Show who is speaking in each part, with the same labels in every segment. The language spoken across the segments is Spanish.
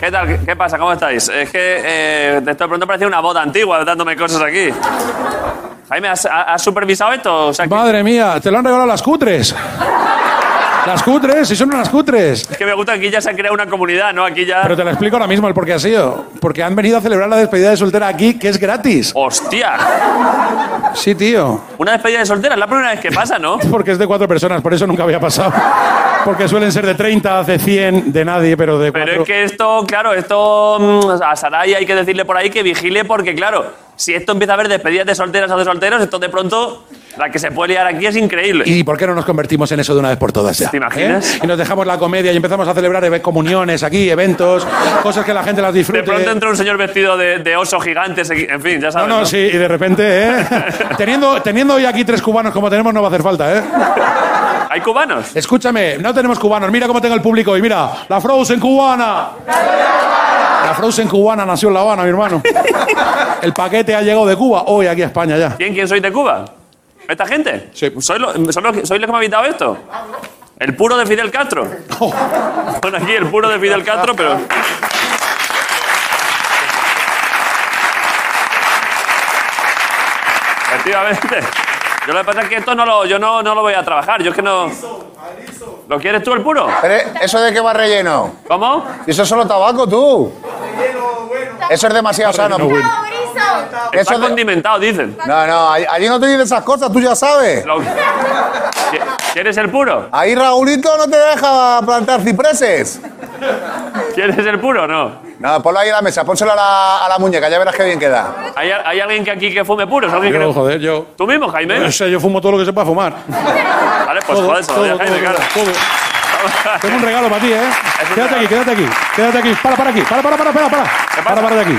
Speaker 1: ¿qué tal? ¿Qué- ¿Qué pasa? ¿Cómo estáis? Es que eh, de esto de pronto parece una boda antigua dándome cosas aquí. Jaime, ¿has, ha- has supervisado esto? O sea, que,
Speaker 2: Madre mía, te lo han regalado las cutres. Las cutres, si son unas cutres.
Speaker 1: es que me gusta que aquí ya se ha creado una comunidad, ¿no? Aquí ya...
Speaker 2: Pero te lo explico ahora mismo el por qué ha sido. Porque han venido a celebrar la despedida de soltera aquí, que es gratis.
Speaker 1: ¡Hostia!
Speaker 2: Sí, tío.
Speaker 1: Una despedida de soltera, es la primera vez que pasa, ¿no?
Speaker 2: Porque es de cuatro personas, por eso nunca había pasado. Porque suelen ser de 30, de 100, de nadie, pero de cuatro.
Speaker 1: Pero es que esto, claro, esto mm, a Saray hay que decirle por ahí que vigile porque, claro, si esto empieza a haber despedidas de solteras o de solteros, esto de pronto la que se puede liar aquí es increíble.
Speaker 2: ¿Y por qué no nos convertimos en eso de una vez por todas ya?
Speaker 1: ¿Te imaginas?
Speaker 2: ¿Eh? Y nos dejamos la comedia y empezamos a celebrar eve- comuniones aquí, eventos, cosas que la gente las disfrute.
Speaker 1: de pronto entra un señor vestido de, de oso gigante, se- en fin, ya
Speaker 2: No,
Speaker 1: sabes.
Speaker 2: no,
Speaker 1: ¿no?
Speaker 2: sí, y de repente, ¿eh? teniendo, teniendo hoy aquí tres cubanos como tenemos, no va a hacer falta, ¿eh?
Speaker 1: Hay cubanos.
Speaker 2: Escúchame, no tenemos cubanos. Mira cómo tengo el público hoy. Mira, la Frozen cubana. La Frozen cubana nació en La Habana, mi hermano. El paquete ha llegado de Cuba hoy aquí a España ya.
Speaker 1: ¿Quién, quién sois de Cuba? ¿Esta gente?
Speaker 2: Sí.
Speaker 1: ¿Sois los sois los que sois los que me ha invitado esto? El puro de Fidel Castro.
Speaker 2: Oh.
Speaker 1: Bueno, aquí el puro de Fidel Castro, pero. Efectivamente. Yo lo que pasa es que esto no lo, yo no, no lo voy a trabajar. Yo es que no. ¿Lo quieres tú el puro?
Speaker 3: Pero ¿eh? ¿eso de qué va relleno?
Speaker 1: ¿Cómo?
Speaker 3: Y Eso es solo tabaco, tú. Eso es demasiado sano.
Speaker 1: Está
Speaker 3: Eso de-
Speaker 1: condimentado, dicen.
Speaker 3: No, no, ahí- allí no te dicen esas cosas, tú ya sabes.
Speaker 1: Lo- ¿Quieres el puro?
Speaker 3: Ahí Raulito no te deja plantar cipreses.
Speaker 1: ¿Quieres el puro o no?
Speaker 3: No, ponlo ahí en la mesa, pónselo a la, a la muñeca, ya verás qué bien queda.
Speaker 1: ¿Hay, hay alguien que aquí que fume puros? ¿Alguien que
Speaker 2: Yo,
Speaker 1: no-
Speaker 2: joder, yo.
Speaker 1: ¿Tú mismo, Jaime?
Speaker 2: O sea, yo fumo todo lo que se pueda fumar.
Speaker 1: Vale, pues
Speaker 2: Todo,
Speaker 1: joder, se lo
Speaker 2: todo,
Speaker 1: doy a Jaime,
Speaker 2: todo,
Speaker 1: claro.
Speaker 2: todo. Tengo un regalo para ti, ¿eh?
Speaker 1: Es un
Speaker 2: Quédate
Speaker 1: regalo.
Speaker 2: aquí, quédate aquí, quédate aquí. Para, para aquí, para, para, para, para, para. Para, para de aquí.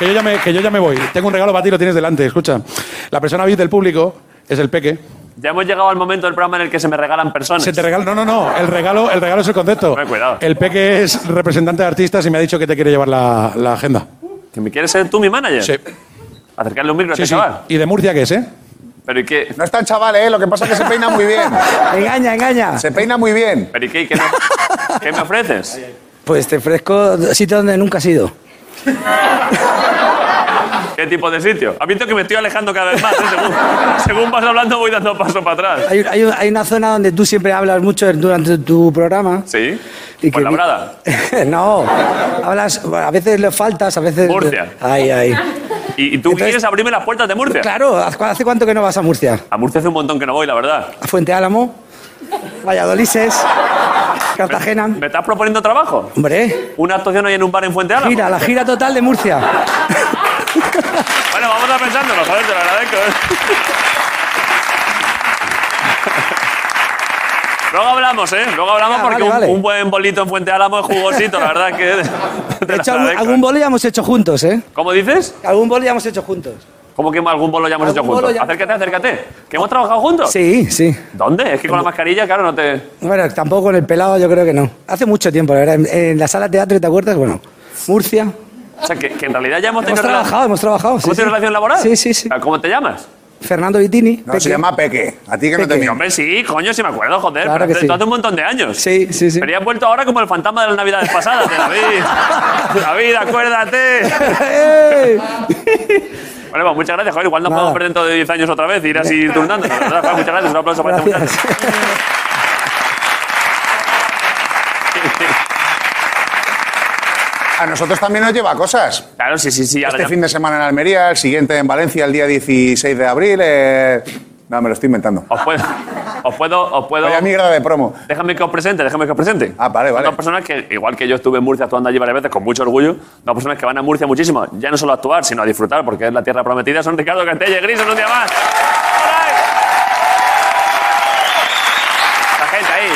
Speaker 2: Que yo, ya me, que yo ya me voy. Tengo un regalo para ti, lo tienes delante. Escucha, la persona VIP del público es el peque.
Speaker 1: Ya hemos llegado al momento del programa en el que se me regalan personas.
Speaker 2: Se te regala. No, no, no. El regalo, el regalo es el concepto.
Speaker 1: Hombre, cuidado.
Speaker 2: El peque es representante de artistas y me ha dicho que te quiere llevar la, la agenda.
Speaker 1: ¿Que me quieres ser tú mi manager?
Speaker 2: Sí,
Speaker 1: Acercarle un micro a
Speaker 2: sí,
Speaker 1: este
Speaker 2: sí.
Speaker 1: chaval.
Speaker 2: ¿Y de Murcia qué es, eh?
Speaker 1: Pero ¿y qué?
Speaker 3: No es tan chaval, ¿eh? Lo que pasa es que se peina muy bien.
Speaker 4: Engaña, engaña.
Speaker 3: Se peina muy bien.
Speaker 1: ¿Pero y qué? ¿Qué me, qué me ofreces?
Speaker 4: Pues te ofrezco sitio donde nunca has ido.
Speaker 1: ¿Qué tipo de sitio? Has visto que me estoy alejando cada vez más. ¿eh? Según, según vas hablando voy dando paso para atrás.
Speaker 4: Hay, hay- hay una zona donde tú siempre hablas mucho durante tu programa.
Speaker 1: ¿Sí?
Speaker 4: Y
Speaker 1: Pues
Speaker 4: que-
Speaker 1: labrada.
Speaker 4: no, hablas, a veces le faltas, a veces...
Speaker 1: Murcia.
Speaker 4: Ay, ay.
Speaker 1: ¿Y, y tú
Speaker 4: Entonces-
Speaker 1: quieres abrirme las puertas de Murcia?
Speaker 4: Claro, ¿hace hace cuánto que no vas a Murcia?
Speaker 1: A Murcia hace un montón que no voy, la verdad.
Speaker 4: A Fuente Álamo, Valladolises, Cartagena.
Speaker 1: ¿Me estás proponiendo trabajo?
Speaker 4: Hombre,
Speaker 1: ¿Una actuación hoy en un bar en Fuente Álamo?
Speaker 4: gira, la gira total de Murcia.
Speaker 1: Bueno, vamos a pensándolo, joder, te lo agradezco. ¿eh? Luego hablamos, ¿eh? Luego hablamos
Speaker 4: Ah,
Speaker 1: porque
Speaker 4: vale,
Speaker 1: un-
Speaker 4: vale.
Speaker 1: Un, buen bolito en Fuente Álamo es jugosito, la verdad que...
Speaker 4: De
Speaker 1: te lo
Speaker 4: hecho, algún,
Speaker 1: agradezco.
Speaker 4: algún bolo ya hemos hecho juntos, ¿eh?
Speaker 1: ¿Cómo dices?
Speaker 4: Algún bolo ya hemos hecho juntos.
Speaker 1: ¿Cómo que algún bolo ya hemos
Speaker 4: Algún
Speaker 1: hecho juntos?
Speaker 4: bolo ya-
Speaker 1: Acércate, acércate. ¿Que hemos trabajado juntos?
Speaker 4: Sí, sí.
Speaker 1: ¿Dónde? Es que con la mascarilla, claro, no te...
Speaker 4: Bueno, tampoco con el pelado yo creo que no. Hace mucho tiempo, la verdad. En, en la sala de teatro, ¿te acuerdas? Bueno, Murcia.
Speaker 1: O sea, que, que en realidad ya hemos tenido...
Speaker 4: Hemos
Speaker 1: rela-
Speaker 4: trabajado, hemos trabajado. sí,
Speaker 1: ¿Hemos tenido
Speaker 4: sí.
Speaker 1: relación laboral?
Speaker 4: Sí, sí, sí.
Speaker 1: Ah, ¿Cómo te llamas?
Speaker 4: Fernando Vitini.
Speaker 3: No,
Speaker 4: Peque.
Speaker 3: se llama Peque. A ti que no te
Speaker 4: Peque.
Speaker 3: miento.
Speaker 1: Hombre, sí, coño, sí me acuerdo, joder.
Speaker 4: Claro
Speaker 1: pero
Speaker 4: que
Speaker 1: hace-
Speaker 4: sí.
Speaker 1: tú hace un montón de años.
Speaker 4: Sí, sí, sí.
Speaker 1: Pero ya has vuelto ahora como el fantasma de las navidades pasadas, de David. David, acuérdate.
Speaker 4: ¡Ey!
Speaker 1: Bueno, pues muchas gracias, joder. Igual nos
Speaker 4: Nada.
Speaker 1: podemos ver dentro de 10 años otra vez, ir así turnando. la verdad, joder, muchas gracias, un aplauso para este
Speaker 4: Gracias.
Speaker 1: muchacho.
Speaker 3: A nosotros también nos lleva cosas.
Speaker 1: Claro, sí, sí, sí. ahora
Speaker 3: Este
Speaker 1: ya-
Speaker 3: fin de semana en Almería, el siguiente en Valencia, el día 16 de abril. eh, No, me lo estoy inventando.
Speaker 1: Os puedo. Os puedo. Os puedo
Speaker 3: Vaya mierda de promo.
Speaker 1: Déjame que os presente, déjame que os presente.
Speaker 3: Ah, vale,
Speaker 1: Son
Speaker 3: vale.
Speaker 1: Dos personas que, igual que yo estuve en Murcia actuando allí varias veces, con mucho orgullo, dos personas que van a Murcia muchísimo, ya no solo a actuar, sino a disfrutar, porque es la tierra prometida, son Ricardo Cantella y Gris en un día más. ¡Hola! La gente ahí.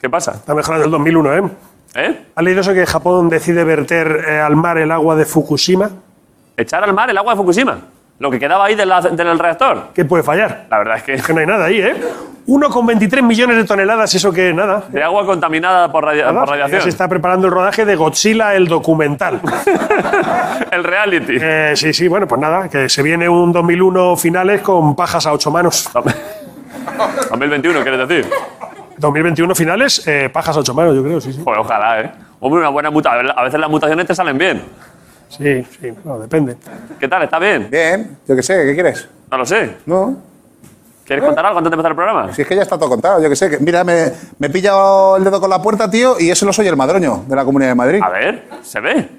Speaker 1: ¿Qué pasa?
Speaker 5: La mejora del 2001, ¿eh?
Speaker 1: ¿Eh?
Speaker 5: ¿Has leído eso que Japón decide verter eh, al mar el agua de Fukushima?
Speaker 1: Echar al mar el agua de Fukushima. Lo que quedaba ahí de la- del reactor.
Speaker 5: ¿Qué puede fallar?
Speaker 1: La verdad es que...
Speaker 5: Es que no hay nada ahí, ¿eh? 1,23 millones de toneladas, eso que nada.
Speaker 1: De agua contaminada por, radia-
Speaker 5: Nada,
Speaker 1: por
Speaker 5: ya se
Speaker 1: radiación.
Speaker 5: está preparando el rodaje de Godzilla, el documental.
Speaker 1: el reality.
Speaker 5: Eh, sí, sí, bueno, pues nada, que se viene un 2001 finales con pajas a ocho manos.
Speaker 1: 2021, ¿quieres decir?
Speaker 5: 2021 finales, eh, pajas a ocho manos, yo creo, sí, sí.
Speaker 1: Pues ojalá, ¿eh? Hombre, una buena mutación. A veces las mutaciones te salen bien.
Speaker 5: Sí, sí, no, depende.
Speaker 1: ¿Qué tal? ¿Está bien?
Speaker 3: Bien, yo qué sé, ¿qué quieres?
Speaker 1: No lo sé.
Speaker 3: No, Eh.
Speaker 1: ¿Quieres contar algo antes de empezar el programa?
Speaker 3: si es que ya está todo contado, yo qué sé. Que, mira, me, me he pillado el dedo con la puerta, tío, y eso lo soy el madroño de la Comunidad de Madrid.
Speaker 1: A ver, se ve.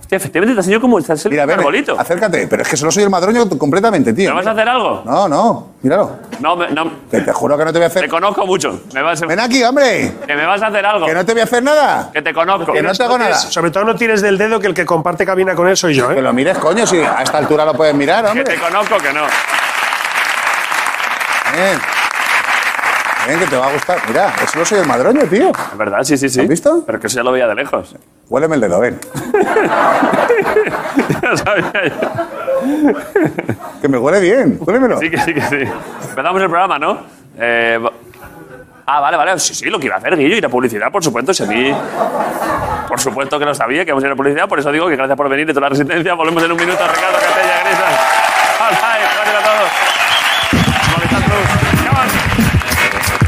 Speaker 1: Hostia, efectivamente te enseño cómo está el
Speaker 3: mira, ven,
Speaker 1: arbolito.
Speaker 3: acércate, pero es que solo soy el madroño completamente, tío.
Speaker 1: ¿Me vas a hacer algo?
Speaker 3: No, no, míralo.
Speaker 1: No, me- no,
Speaker 3: Que te juro que no te voy a
Speaker 1: te
Speaker 3: hacer.
Speaker 1: conozco mucho. Me vas a-
Speaker 3: Ven aquí, hombre,
Speaker 1: que me vas a hacer algo.
Speaker 3: que no te voy a hacer nada.
Speaker 1: Que te conozco.
Speaker 3: Que no te hago nada.
Speaker 5: Sobre todo no tires del dedo que el que comparte cabina con él soy yo,
Speaker 3: Que
Speaker 5: ¿eh?
Speaker 3: lo mires, coño, si a esta altura lo puedes mirar,
Speaker 1: Que
Speaker 3: hombre.
Speaker 1: te conozco, que no.
Speaker 3: Bien. Bien, que te va a gustar. Mira, eso solo soy el madroño, tío.
Speaker 1: Es verdad, sí, sí, sí.
Speaker 3: ¿Has visto?
Speaker 1: Pero que eso ya lo veía de lejos.
Speaker 3: Huéleme el dedo, ven.
Speaker 1: Ya sabía yo.
Speaker 3: Que me huele bien, huélemelo.
Speaker 1: Sí, que sí, que sí. Empezamos el programa, ¿no? Eh, va- ah, vale, vale. Sí, sí, lo que iba a hacer, Guillo, ir a publicidad, por supuesto. Si a mí. Por supuesto que lo sabía, que íbamos a ir a publicidad. Por eso digo que gracias por venir de toda la resistencia. Volvemos en un minuto. Ricardo Catella, Grisa. Hola, gracias a todos. Movistar Plus. Come on.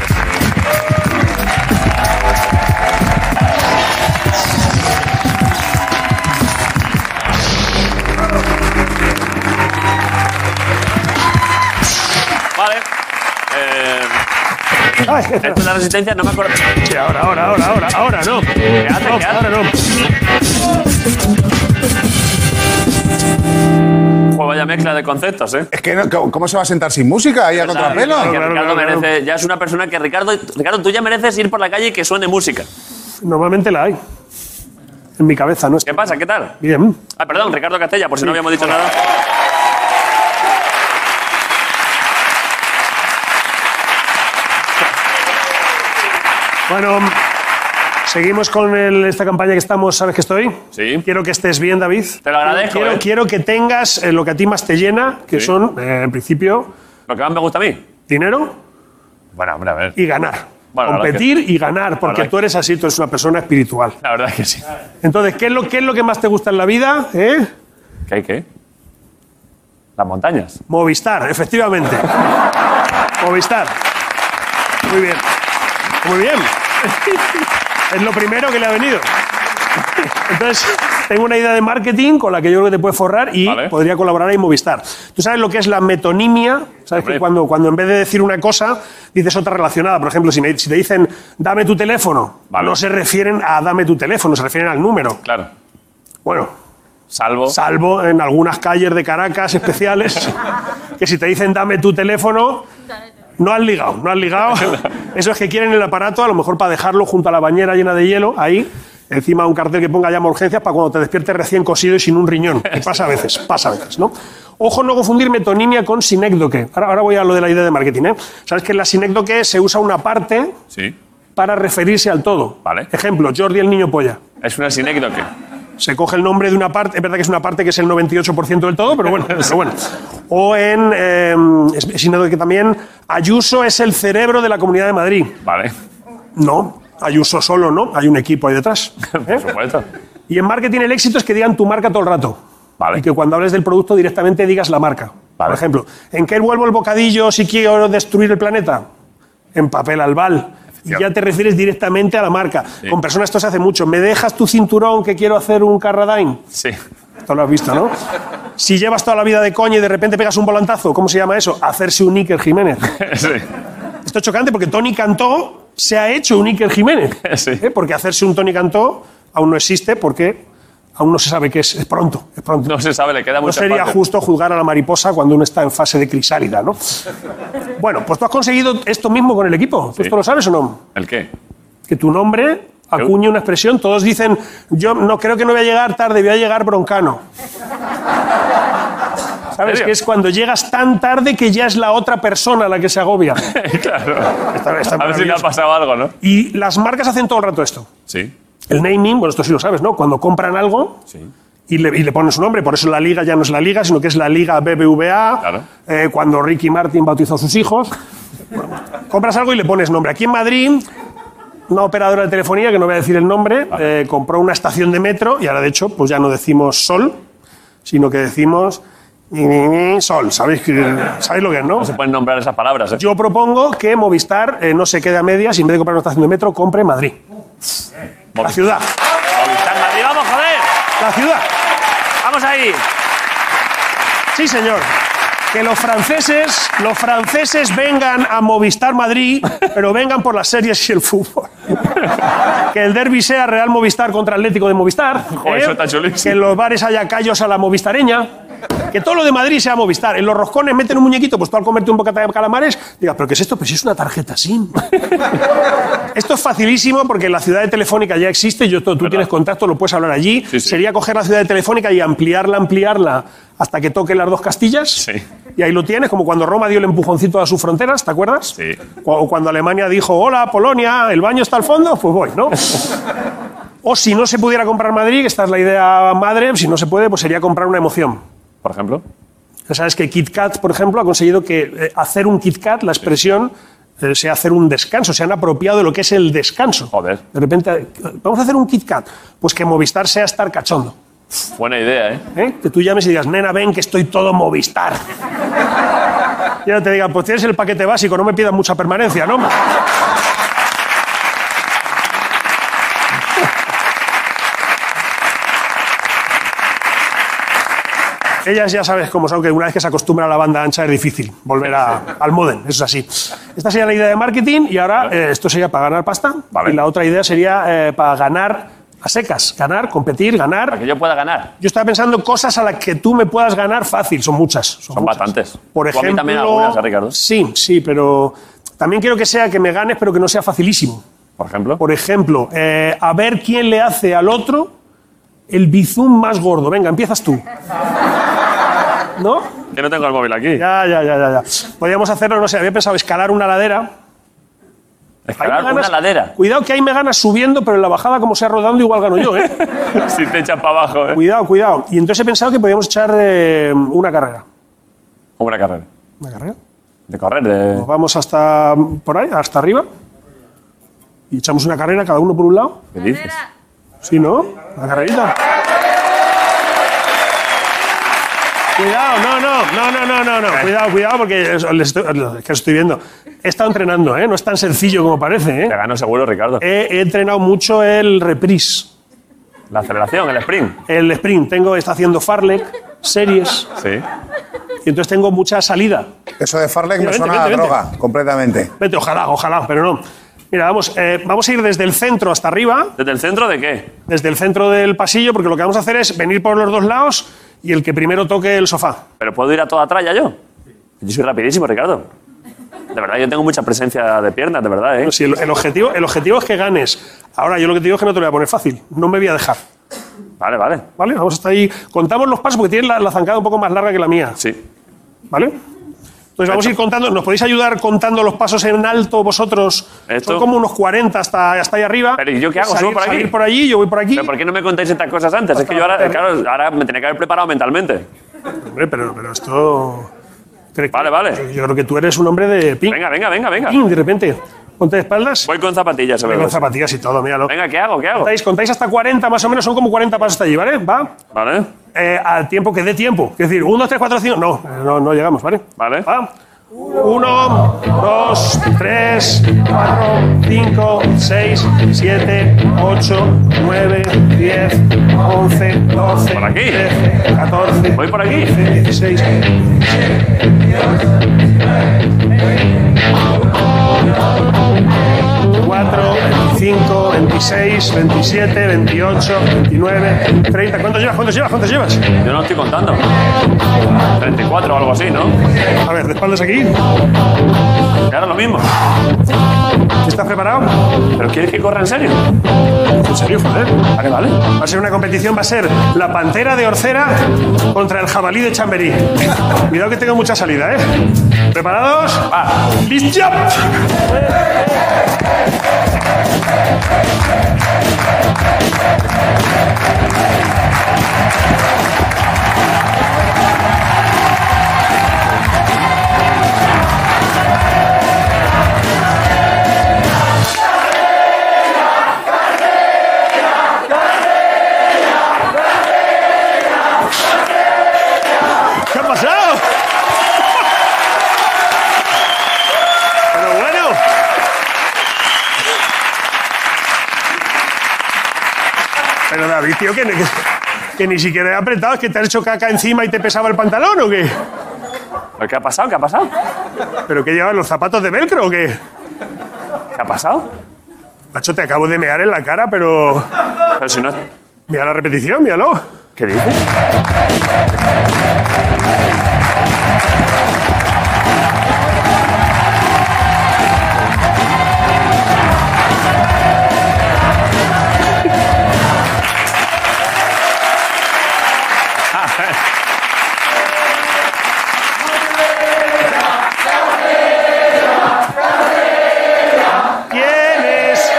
Speaker 1: Vale. Eh,
Speaker 5: Ay,
Speaker 1: esto es la resistencia, no me acuerdo.
Speaker 5: sí, ahora, ahora, ahora, ahora, ahora, no.
Speaker 1: ¿Qué hace? ¿Qué hace?
Speaker 5: Ahora no.
Speaker 1: Pues vaya mezcla de conceptos, ¿eh?
Speaker 3: Es que, no- ¿cómo cómo se va a sentar sin música ahí a contrapelo?
Speaker 1: Que
Speaker 5: claro,
Speaker 1: Ricardo
Speaker 5: claro.
Speaker 1: merece, ya es una persona que Ricardo, Ricardo, tú ya mereces ir por la calle y que suene música.
Speaker 5: Normalmente la hay. En mi cabeza, ¿no? Es
Speaker 1: ¿Qué pasa? ¿Qué tal?
Speaker 5: Bien.
Speaker 1: Ah, perdón, Ricardo Castella, por si no habíamos dicho nada.
Speaker 5: Bueno, seguimos con el- esta campaña que estamos. ¿Sabes que estoy?
Speaker 1: Sí.
Speaker 5: Quiero que estés bien, David.
Speaker 1: Te lo agradezco,
Speaker 5: Quiero,
Speaker 1: eh.
Speaker 5: quiero que tengas eh, lo que a ti más te llena, que
Speaker 1: Sí.
Speaker 5: son, eh, en principio,
Speaker 1: Lo que más me gusta a mí.
Speaker 5: dinero
Speaker 1: Bueno, hombre, a ver.
Speaker 5: y ganar.
Speaker 1: Bueno, la verdad
Speaker 5: Competir y ganar, porque
Speaker 1: verdad
Speaker 5: tú eres así, tú eres una persona espiritual.
Speaker 1: La verdad es que sí.
Speaker 5: Entonces, ¿qué es lo, qué es lo que más te gusta en la vida? ¿Eh?
Speaker 1: ¿Qué hay qué? Las montañas.
Speaker 5: Movistar, efectivamente. Movistar. Muy bien. Muy bien. Es lo primero que le ha venido. Entonces, tengo una idea de marketing con la que yo creo que te puede forrar y
Speaker 1: Vale.
Speaker 5: podría colaborar ahí Movistar. ¿Tú sabes lo que es la metonimia? ¿Sabes
Speaker 1: Hombre.
Speaker 5: que cuando, cuando en vez de decir una cosa, dices otra relacionada? Por ejemplo, si, me- si te dicen dame tu teléfono,
Speaker 1: Vale.
Speaker 5: no se refieren a dame tu teléfono, se refieren al número.
Speaker 1: Claro.
Speaker 5: Bueno,
Speaker 1: Salvo.
Speaker 5: Salvo en algunas calles de Caracas especiales, que si te dicen dame tu teléfono, no has ligado, no has ligado. Eso es que quieren el aparato, a lo mejor para dejarlo junto a la bañera llena de hielo, ahí, encima un cartel que ponga llama a urgencias para cuando te despiertes recién cosido y sin un riñón. Que pasa a veces, pasa a veces, ¿no? Ojo, no confundir metonimia con sinécdoque. Ahora, ahora voy a lo de la idea de marketing, ¿eh? Sabes que en la sinécdoque se usa una parte
Speaker 1: Sí.
Speaker 5: para referirse al todo.
Speaker 1: Vale.
Speaker 5: Ejemplo, Jordi el niño polla
Speaker 1: Es una sinécdoque.
Speaker 5: se coge el nombre de una parte, es verdad que es una parte que es el 98% del todo, pero bueno, pero bueno. O en, eh, es- es sino que también Ayuso es el cerebro de la Comunidad de Madrid.
Speaker 1: Vale.
Speaker 5: No, Ayuso solo no, hay un equipo ahí detrás. ¿eh?
Speaker 1: Por supuesto.
Speaker 5: Y en marketing el éxito es que digan tu marca todo el rato.
Speaker 1: Vale.
Speaker 5: Y que cuando hables del producto directamente digas la marca.
Speaker 1: Vale.
Speaker 5: Por ejemplo, ¿en qué vuelvo el bocadillo si quiero destruir el planeta? En papel albal. Y ya te refieres directamente a la marca. Con personas esto se hace mucho. ¿Me dejas tu cinturón que quiero hacer un Carradine?
Speaker 1: Sí.
Speaker 5: Esto lo has visto, ¿no? Si llevas toda la vida de coña y de repente pegas un volantazo, ¿cómo se llama eso? Hacerse un Iker Jiménez.
Speaker 1: sí.
Speaker 5: Esto es chocante porque Tony Cantó se ha hecho un Iker Jiménez.
Speaker 1: Sí.
Speaker 5: ¿Eh? Porque hacerse un Tony Cantó aún no existe porque aún no se sabe qué es. Es pronto, es pronto.
Speaker 1: No se sabe, le queda
Speaker 5: No
Speaker 1: mucho
Speaker 5: sería justo juzgar a la mariposa cuando uno está en fase de crisálida, ¿no? Bueno, pues tú has conseguido esto mismo con el equipo.
Speaker 1: Sí.
Speaker 5: ¿Tú esto lo sabes o no?
Speaker 1: ¿El qué?
Speaker 5: que tu nombre acuñe una expresión. Todos dicen, yo no creo que no voy a llegar tarde, voy a llegar broncano. ¿Sabes?
Speaker 1: serio?
Speaker 5: Que es cuando llegas tan tarde que ya es la otra persona la que se agobia.
Speaker 1: claro.
Speaker 5: Está- está
Speaker 1: a ver si le ha
Speaker 5: maravilloso.
Speaker 1: pasado algo, ¿no?
Speaker 5: Y las marcas hacen todo el rato esto.
Speaker 1: Sí.
Speaker 5: El naming, bueno, esto sí lo sabes, ¿no? Cuando compran algo
Speaker 1: Sí.
Speaker 5: y le, y le ponen su nombre. Por eso la liga ya no es la liga, sino que es la liga BBVA.
Speaker 1: Claro.
Speaker 5: eh, cuando Ricky Martin bautizó a sus hijos. Bueno, compras algo y le pones nombre. Aquí en Madrid, una operadora de telefonía, que no voy a decir el nombre, eh, compró una estación de metro y ahora, de hecho, pues ya no decimos Sol, sino que decimos Sol, ¿sabéis, que, ¿sabéis lo que es, no?
Speaker 1: No se pueden nombrar esas palabras. ¿eh?
Speaker 5: Yo propongo que Movistar eh, no se quede a medias y en vez de comprar una estación de metro, compre Madrid. La ciudad.
Speaker 1: Movistar Madrid, vamos, joder.
Speaker 5: La ciudad.
Speaker 1: Vamos ahí.
Speaker 5: Sí, señor. Que los franceses, los franceses vengan a Movistar Madrid, pero vengan por las series y el fútbol. Que el derby sea Real Movistar contra Atlético de Movistar. ¿eh?
Speaker 1: Joder, eso está chulísimo.
Speaker 5: Que en los bares haya callos a la movistareña. Que todo lo de Madrid sea Movistar. En los roscones meten un muñequito, pues tú al comerte un bocata de calamares, digas, ¿pero qué es esto? Pues es una tarjeta SIM. esto es facilísimo porque la ciudad de Telefónica ya existe. Yo, tú tienes contacto, lo puedes hablar allí.
Speaker 1: Sí, sí.
Speaker 5: Sería coger la ciudad de Telefónica y ampliarla, ampliarla hasta que toque las dos Castillas.
Speaker 1: Sí.
Speaker 5: Y ahí lo tienes, como cuando Roma dio el empujoncito a sus fronteras, ¿te acuerdas?
Speaker 1: Sí.
Speaker 5: O o cuando Alemania dijo, hola, Polonia, el baño está al fondo, pues voy, ¿no? o si no se pudiera comprar Madrid, que esta es la idea madre, si no se puede, pues sería comprar una emoción.
Speaker 1: Por ejemplo.
Speaker 5: Ya Sabes que Kit Kat, por ejemplo, ha conseguido que eh, hacer un Kit Kat, la expresión, eh, sea hacer un descanso. Se han apropiado de lo que es el descanso.
Speaker 1: Joder.
Speaker 5: De repente, eh, vamos a hacer un Kit Kat. Pues que Movistar sea estar cachondo.
Speaker 1: Buena idea, ¿eh?
Speaker 5: ¿eh? Que tú llames y digas, nena, ven que estoy todo Movistar. Y ahora te digan, pues tienes el paquete básico, no me pidas mucha permanencia, ¿no? Ellas ya sabes cómo son, que una vez que se acostumbra a la banda ancha es difícil volver a- al modem, eso es así. Esta sería la idea de marketing y ahora eh, esto sería para ganar pasta
Speaker 1: Vale.
Speaker 5: y la otra idea sería eh, para ganar a secas, ganar, competir, ganar.
Speaker 1: Para que yo pueda ganar.
Speaker 5: Yo estaba pensando cosas a las que tú me puedas ganar fácil. Son muchas. Son,
Speaker 1: Son
Speaker 5: muchas.
Speaker 1: bastantes.
Speaker 5: Por
Speaker 1: Tú a mí
Speaker 5: ejemplo.
Speaker 1: también algunas, ¿eh, Ricardo?
Speaker 5: Sí, sí, pero también quiero que sea que me ganes, pero que no sea facilísimo.
Speaker 1: Por ejemplo.
Speaker 5: Por ejemplo, eh, a ver quién le hace al otro el bizum más gordo. Venga, empiezas tú. ¿No?
Speaker 1: Yo no tengo el móvil aquí.
Speaker 5: Ya, ya, ya, ya. ya. Podríamos hacerlo, no sé, había pensado escalar una ladera. Ahí me
Speaker 1: Escalar una
Speaker 5: ganas-
Speaker 1: ladera.
Speaker 5: Cuidado que ahí me ganas subiendo, pero en la bajada, como sea rodando, igual gano yo, ¿eh?
Speaker 1: si te echan para abajo, ¿eh?
Speaker 5: cuidado, cuidado. Y entonces he pensado que podíamos echar eh, una carrera.
Speaker 1: Como una carrera.
Speaker 5: ¿Una carrera?
Speaker 1: De correr, de...
Speaker 5: Nos vamos hasta mm, por ahí, hasta arriba. Y echamos una carrera, cada uno por un lado.
Speaker 1: ¿Qué dices?
Speaker 5: Sí, ¿no? La carrerita. Cuidado, no, no, no, no, no, no, no. Cuidado, cuidado, porque es- les estoy, es que os estoy viendo. He estado entrenando, ¿eh? No es tan sencillo como parece, ¿eh?
Speaker 1: Te gano seguro, Ricardo.
Speaker 5: He, he entrenado mucho el reprise,
Speaker 1: La aceleración, el sprint.
Speaker 5: el sprint. Tengo, está haciendo Farlek, series,
Speaker 1: Sí.
Speaker 5: y entonces tengo mucha salida.
Speaker 3: Eso de Farlek me
Speaker 5: Vente,
Speaker 3: suena
Speaker 5: vente,
Speaker 3: a
Speaker 5: vente.
Speaker 3: droga, completamente.
Speaker 5: Vete, ojalá, ojalá, pero no. Mira, vamos, eh, vamos a ir desde el centro hasta arriba,
Speaker 1: ¿Desde el centro de qué?
Speaker 5: desde el centro del pasillo, porque lo que vamos a hacer es venir por los dos lados y el que primero toque el sofá.
Speaker 1: ¿Pero puedo ir a toda tralla yo? Yo soy rapidísimo, Ricardo. De verdad, yo tengo mucha presencia de piernas, de verdad, ¿eh?
Speaker 5: Si el, el objetivo, el objetivo es que ganes. Ahora, yo lo que te digo es que no te lo voy a poner fácil. No me voy a dejar.
Speaker 1: Vale, vale.
Speaker 5: ¿Vale? Vamos hasta ahí. Contamos los pasos porque tienes la, la zancada un poco más larga que la mía.
Speaker 1: Sí.
Speaker 5: ¿Vale? Entonces vamos a ir contando. ¿Nos podéis ayudar contando los pasos en alto vosotros?
Speaker 1: Esto-
Speaker 5: Son como unos 40 hasta, hasta ahí arriba.
Speaker 1: Pero, ¿y yo qué hago? ¿Subo
Speaker 5: Salir-
Speaker 1: por aquí?
Speaker 5: salir por allí, yo voy por aquí.
Speaker 1: ¿Pero por qué no me contáis estas cosas antes? Es que yo ahora, claro, ahora me tenía que haber preparado mentalmente.
Speaker 5: Hombre, pero, pero esto. creo que-
Speaker 1: Vale,
Speaker 5: Yo,
Speaker 1: vale.
Speaker 5: yo creo que tú eres un hombre de ping.
Speaker 1: Venga, venga, venga, venga.
Speaker 5: Ping, de repente. Ponte de espaldas.
Speaker 1: Voy con zapatillas, se ve.
Speaker 5: Con zapatillas y todo, míralo.
Speaker 1: Venga, ¿qué hago? ¿Qué hago?
Speaker 5: Contáis, contáis hasta 40 más o menos, son como 40 pasos hasta allí, ¿vale? Va.
Speaker 1: Vale.
Speaker 5: Eh, al tiempo que dé tiempo. Es decir, 1, 2, 3, 4, 5. No, eh, no, no llegamos, ¿vale?
Speaker 1: Vale.
Speaker 5: Va. 1, 2, 3, 4, 5, 6, 7, 8, 9, 10, 11, 12,
Speaker 1: Por aquí.
Speaker 5: 13, 14.
Speaker 1: Voy por aquí.
Speaker 5: 16. Cuatro, 25, 26, 27, 28, 29, 30. ¿Cuántos llevas? ¿Cuántos llevas? ¿Cuántos llevas?
Speaker 1: Yo no estoy contando. 34 o algo así, ¿no?
Speaker 5: A ver, de espaldas aquí.
Speaker 1: Y ahora lo mismo.
Speaker 5: ¿Estás preparado?
Speaker 1: ¿Pero quieres que corra en serio?
Speaker 5: En serio, joder.
Speaker 1: Vale, vale.
Speaker 5: Va a ser una competición, va a ser la pantera de Orcera contra el jabalí de Chamberí. Cuidado que tengo mucha salida, ¿eh? ¿Preparados? Va. ¡Listo!
Speaker 1: ¿Qué ha pasado?
Speaker 5: Tío, que, que- que ni siquiera he apretado, es que te has hecho caca encima y te pesaba el pantalón o qué.
Speaker 1: ¿Pero ¿Qué ha pasado? ¿Qué ha pasado?
Speaker 5: ¿Pero qué llevas los zapatos de velcro o qué?
Speaker 1: ¿Qué ha pasado?
Speaker 5: Macho, te acabo de mear en la cara, pero.
Speaker 1: Pero si no.
Speaker 5: Mira la repetición, míralo.
Speaker 1: ¿Qué dices?
Speaker 5: ¿Quién es?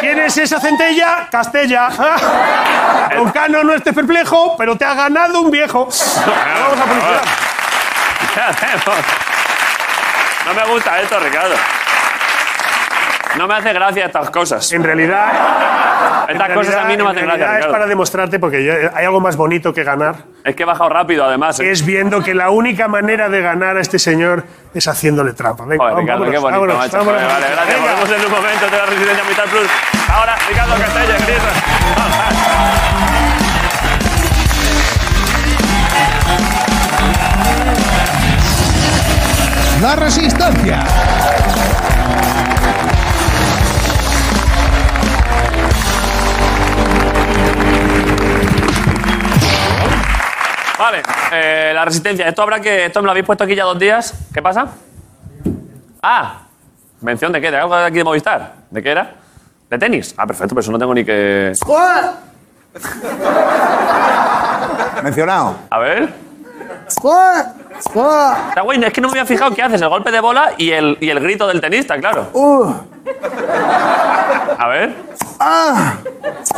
Speaker 5: ¿Quién es esa centella? Castella. Don Cano, no estés perplejo, pero te ha ganado un viejo. Ahora Vamos a publicidad.
Speaker 1: ¿Qué hacemos? No me gusta esto, Ricardo. No me hace gracia estas cosas.
Speaker 5: En realidad.
Speaker 1: Estas
Speaker 5: en
Speaker 1: cosas a mí no me
Speaker 5: realidad-
Speaker 1: hacen gracia,
Speaker 5: en realidad Es para
Speaker 1: Ricardo.
Speaker 5: demostrarte, porque yo- eh, hay algo más bonito que ganar.
Speaker 1: Es que he bajado rápido, además. ¿eh?
Speaker 5: Es viendo que la única manera de ganar a este señor es haciéndole trampa. Venga,
Speaker 1: Joder,
Speaker 5: vamos,
Speaker 1: Ricardo, qué bonito,
Speaker 5: vámonos, vámonos,
Speaker 1: macho.
Speaker 5: vámonos.
Speaker 1: Vale, vale, gracias.
Speaker 5: Venga.
Speaker 1: Volvemos en un momento de la Residencia Mitad Plus. Ahora, Ricardo Castella, querido.
Speaker 6: La Resistencia.
Speaker 1: Vale, eh, la Resistencia. Esto habrá que... Esto me lo habéis puesto aquí ya dos días. ¿Qué pasa? Ah, mención de qué, de algo de aquí de Movistar. ¿De qué era? ¿De tenis? Ah, perfecto, pero eso no tengo ni que...
Speaker 3: Mencionado.
Speaker 1: A ver. Está guay, es que no me había fijado qué haces, el golpe de bola y el, y el grito del tenista, claro. A ver.
Speaker 3: Ah,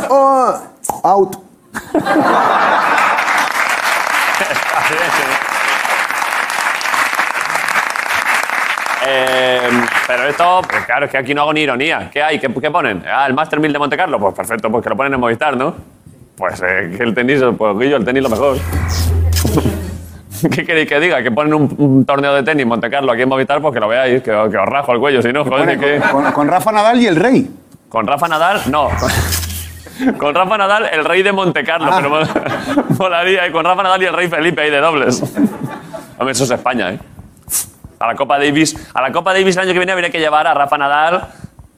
Speaker 3: oh, Out.
Speaker 1: Eh, pero esto, pues claro, es que aquí no hago ni ironía. ¿Qué hay? ¿Qué, qué ponen? Ah, el Master 1000 de Monte Carlo. Pues perfecto, pues que lo ponen en Movistar, ¿no? Pues eh, que el tenis, pues Guillo, el tenis lo mejor. ¿Qué queréis que diga? Que ponen un, un torneo de tenis en Monte Carlo aquí en Movistar, pues que lo veáis, que, que os rajo el cuello, si no, joder,
Speaker 3: Bueno,
Speaker 1: que...
Speaker 3: con, con Rafa Nadal y el Rey.
Speaker 1: Con Rafa Nadal, no. Con- Con Rafa Nadal, el rey de Monte Carlo,
Speaker 3: Ah.
Speaker 1: pero mol- molaría. Y con Rafa Nadal y el rey Felipe ahí de dobles. Hombre, eso es España, ¿eh? A la Copa Davis, a la Copa Davis el año que viene habría que llevar a Rafa Nadal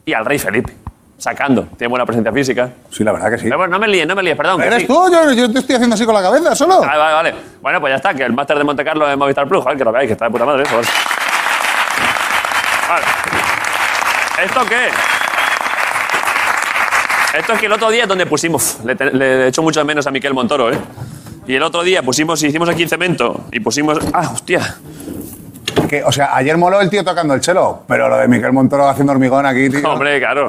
Speaker 1: y al rey Felipe. Sacando. Tiene buena presencia física.
Speaker 3: Sí, la verdad que sí.
Speaker 1: Pero bueno, no me líes, no me líes, perdón. que
Speaker 3: ¿Eres
Speaker 1: sí. Ah,
Speaker 3: tú? Yo, yo te estoy haciendo así con la cabeza solo.
Speaker 1: Vale, vale, vale. Bueno, pues ya está, que el máster de Monte Carlo es Movistar Plus, joder, que lo veáis, que está de puta madre, joder. Vale. ¿Esto qué? Esto es que el otro día es donde pusimos, le, te- le echo mucho de menos a Miquel Montoro, ¿eh? Y el otro día pusimos, hicimos aquí cemento y pusimos... Ah, hostia.
Speaker 3: Que, o sea, ayer moló el tío tocando el chelo, pero lo de Miquel Montoro haciendo hormigón aquí, tío.
Speaker 1: Hombre, claro.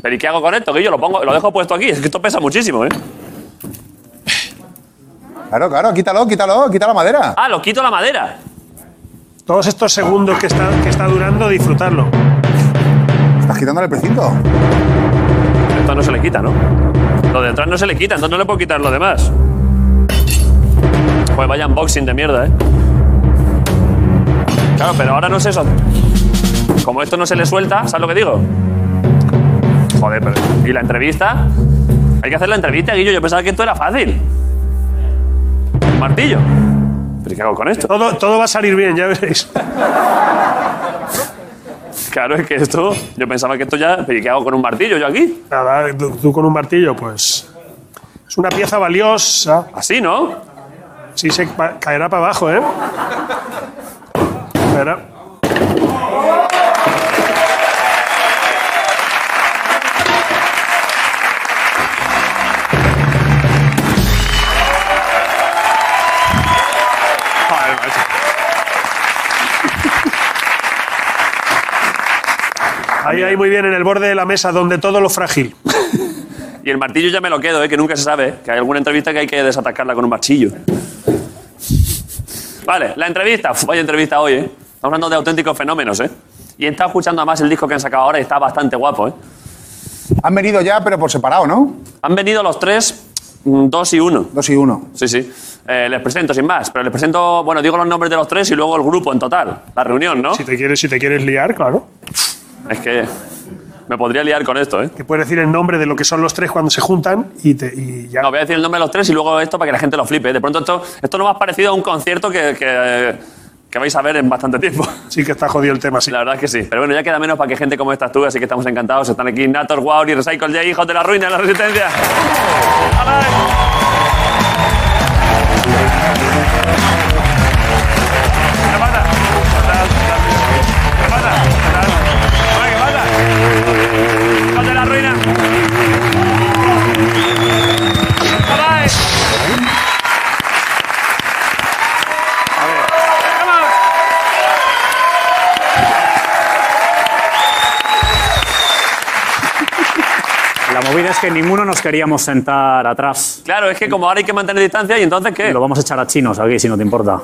Speaker 1: ¿Pero y qué hago con esto? Que yo lo pongo, lo dejo puesto aquí, es que esto pesa muchísimo, ¿eh?
Speaker 3: Claro, claro, quítalo, quítalo, quita la madera.
Speaker 1: Ah, lo quito la madera.
Speaker 5: Todos estos segundos que está, que está durando, disfrutarlo.
Speaker 3: Estás quitándole el precinto.
Speaker 1: Esto no se le quita, ¿no? Lo de atrás no se le quita, entonces no le puedo quitar lo demás. Pues vaya unboxing de mierda, ¿eh? Claro, pero ahora no es eso. Como esto no se le suelta, ¿sabes lo que digo? Joder, pero... ¿Y la entrevista? Hay que hacer la entrevista, Guillo. Yo pensaba que esto era fácil. Un martillo. ¿Pero qué hago con esto?
Speaker 5: Todo, todo va a salir bien, ya veréis.
Speaker 1: Claro, es que esto... Yo pensaba que esto ya... ¿Pero y qué hago con un martillo yo aquí?
Speaker 5: Nada, tú, tú con un martillo, pues. Es una pieza valiosa.
Speaker 1: Así, ¿no?
Speaker 5: Sí, se pa- caerá para abajo, ¿eh? Caerá.
Speaker 1: Joder, macho.
Speaker 5: Ahí, ahí muy bien, en el borde de la mesa, donde todo lo frágil.
Speaker 1: Y el martillo ya me lo quedo, ¿eh? que nunca se sabe. ¿eh? Que hay alguna entrevista que hay que desatascarla con un martillo. Vale, la entrevista. Uf, Vaya entrevista hoy, ¿eh? Estamos hablando de auténticos fenómenos, ¿eh? Y he estado escuchando además el disco que han sacado ahora y está bastante guapo, ¿eh?
Speaker 3: Han venido ya, pero por separado, ¿no?
Speaker 1: Han venido los tres, mm, dos y uno.
Speaker 3: Dos y uno.
Speaker 1: Sí, sí. Eh, les presento sin más, pero les presento, bueno, digo los nombres de los tres y luego el grupo en total, la reunión, ¿no?
Speaker 5: Si te quieres, si te quieres liar, claro.
Speaker 1: Es que Me podría liar con esto, ¿eh?
Speaker 5: Que puedes decir el nombre de lo que son los tres cuando se juntan y, te, y ya.
Speaker 1: No, voy a decir el nombre de los tres y luego esto para que la gente lo flipe. ¿eh? De pronto esto, esto no más parecido a un concierto que, que, que vais a ver en bastante tiempo.
Speaker 5: Sí que está jodido el tema, sí.
Speaker 1: La verdad es que sí. Pero bueno, ya queda menos para que gente como esta tú, así que estamos encantados. Están aquí Nator, Wauri, Recycle J, hijos de la ruina, la resistencia. ¡Ala! ¿Qué pasa? ¿Qué pasa? ¿Qué pasa? ¡Hijos de la ruina! ¡Ala!
Speaker 6: La movida es que ninguno nos queríamos sentar atrás.
Speaker 1: Claro, es que como ahora hay que mantener distancia, ¿y entonces qué?
Speaker 6: Lo vamos a echar a chinos aquí, si no te importa.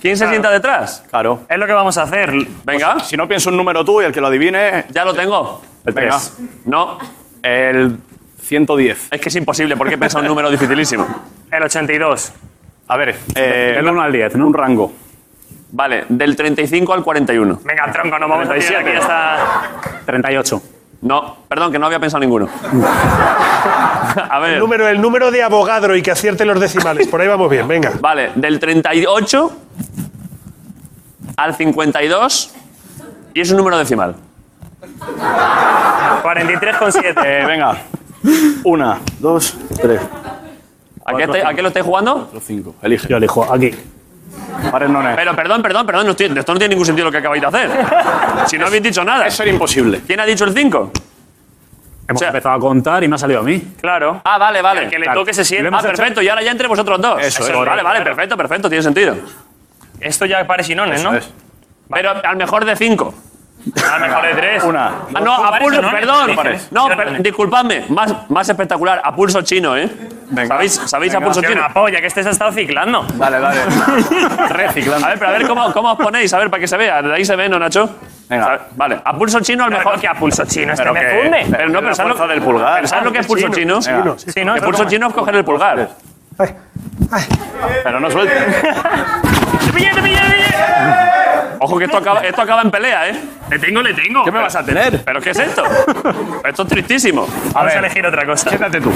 Speaker 1: ¿Quién se sienta detrás?
Speaker 7: Claro. Es lo que vamos a hacer.
Speaker 1: Venga.
Speaker 7: si no pienso un número tú y el que lo adivine,
Speaker 1: Ya lo tengo.
Speaker 7: el
Speaker 6: Venga.
Speaker 7: tres.
Speaker 1: No,
Speaker 7: El 110.
Speaker 1: es que es imposible porque he pensado un número dificilísimo.
Speaker 7: El 82. A ver, eh,
Speaker 6: Del 1 al 10, ¿no?
Speaker 7: un rango.
Speaker 1: Vale, del 35 al 41.
Speaker 7: Venga, tronco, no vamos a decir aquí hasta...
Speaker 6: 38.
Speaker 1: No, perdón, que no había pensado ninguno. A ver,
Speaker 5: El número, el número de abogado y que acierte los decimales. Por ahí vamos bien, venga.
Speaker 1: vale, del 38 al 52 y es un número decimal.
Speaker 7: 43,7. Eh, venga. Una, dos, tres,
Speaker 1: ¿A qué, estáis- a qué lo estáis jugando?
Speaker 7: cuatro, cinco. Elige.
Speaker 6: Yo elijo aquí.
Speaker 7: Pares no es.
Speaker 1: Pero perdón, perdón, perdón, no estoy- esto no tiene ningún sentido lo que acabáis de hacer. Si no habéis dicho nada.
Speaker 7: Eso era imposible.
Speaker 1: ¿Quién ha dicho el 5?
Speaker 6: Hemos
Speaker 1: sea-
Speaker 6: empezado a contar y me ha salido a mí.
Speaker 7: Claro.
Speaker 1: Ah, vale, vale.
Speaker 7: que le
Speaker 1: Claro.
Speaker 7: toque se sienta.
Speaker 1: Ah,
Speaker 7: Lo hemos hecho-
Speaker 1: perfecto, y ahora ya entre vosotros dos.
Speaker 7: Eso es.
Speaker 1: Vale, vale, perfecto, perfecto, tiene sentido.
Speaker 7: Esto ya parece sinones, ¿no?
Speaker 1: Pero al mejor de cinco.
Speaker 7: A lo mejor de tres. Una.
Speaker 1: Ah, no, a pulso, perdón.
Speaker 7: Pares.
Speaker 1: No, per- disculpadme, más, más espectacular, a pulso chino, ¿eh? ¿Sabéis, ¿sabéis a pulso chino?
Speaker 7: polla, que este se ha estado ciclando. Vale, vale. Reciclando.
Speaker 1: A ver, pero a ver cómo, cómo os ponéis, a ver, para que se vea. ¿De ahí se ve, no, Nacho?
Speaker 7: Venga.
Speaker 1: A ver, Vale, a pulso chino al mejor.
Speaker 7: que a pulso chino, este me
Speaker 1: que-
Speaker 7: funde.
Speaker 1: pero no,
Speaker 7: Es la
Speaker 1: pero ¿sabes lo-
Speaker 7: fuerza del pulgar.
Speaker 1: pero ¿sabes lo que es pulso chino?
Speaker 7: Venga.
Speaker 5: Sí,
Speaker 7: Sí, ¿no?
Speaker 1: El pulso chino es coger el pulgar.
Speaker 7: Pero no suelta.
Speaker 1: ¡Te pillé, te pillé, te pillé! Ojo que esto acaba, esto acaba en pelea, ¿eh?
Speaker 7: Le tengo, le tengo. ¿Qué me vas a tener?
Speaker 1: ¿Pero qué es esto? Esto es tristísimo.
Speaker 7: Vamos a elegir otra cosa. Siéntate tú.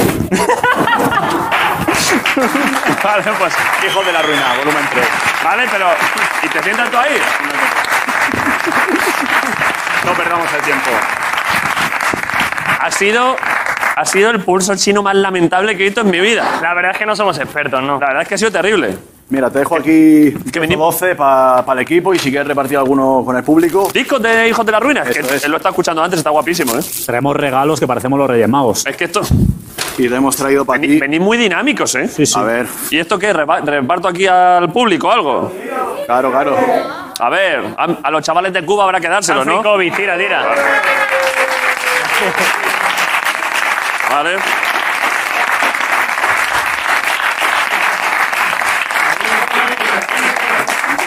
Speaker 1: Vale, pues.
Speaker 7: Hijo de la ruina, volumen 3.
Speaker 1: Vale, pero. ¿Y te sientas tú ahí?
Speaker 7: No perdamos el tiempo.
Speaker 1: Ha sido. Ha sido el pulso chino más lamentable que he visto en mi vida.
Speaker 7: La verdad es que no somos expertos, ¿no?
Speaker 1: La verdad es que ha sido terrible.
Speaker 8: Mira, te dejo aquí
Speaker 1: que venimos-
Speaker 8: 12 para el equipo y si quieres repartir alguno con el público.
Speaker 1: Discos de Hijos de la Ruina, que
Speaker 8: Eso es.
Speaker 1: él lo está escuchando antes, está guapísimo, ¿eh?
Speaker 6: Traemos regalos que parecemos los Reyes Magos.
Speaker 1: Es que esto.
Speaker 8: Y te hemos traído para
Speaker 1: Veni-
Speaker 8: ti.
Speaker 1: Venís muy dinámicos, ¿eh?
Speaker 6: Sí, sí.
Speaker 8: A ver,
Speaker 1: ¿Y esto qué? ¿Reba- ¿Reparto aquí al público algo?
Speaker 8: claro, claro.
Speaker 1: A ver, a, a los chavales de Cuba habrá que dárselo,
Speaker 7: Anthony
Speaker 1: ¿no?
Speaker 7: Kobe, tira, tira.
Speaker 1: Vale.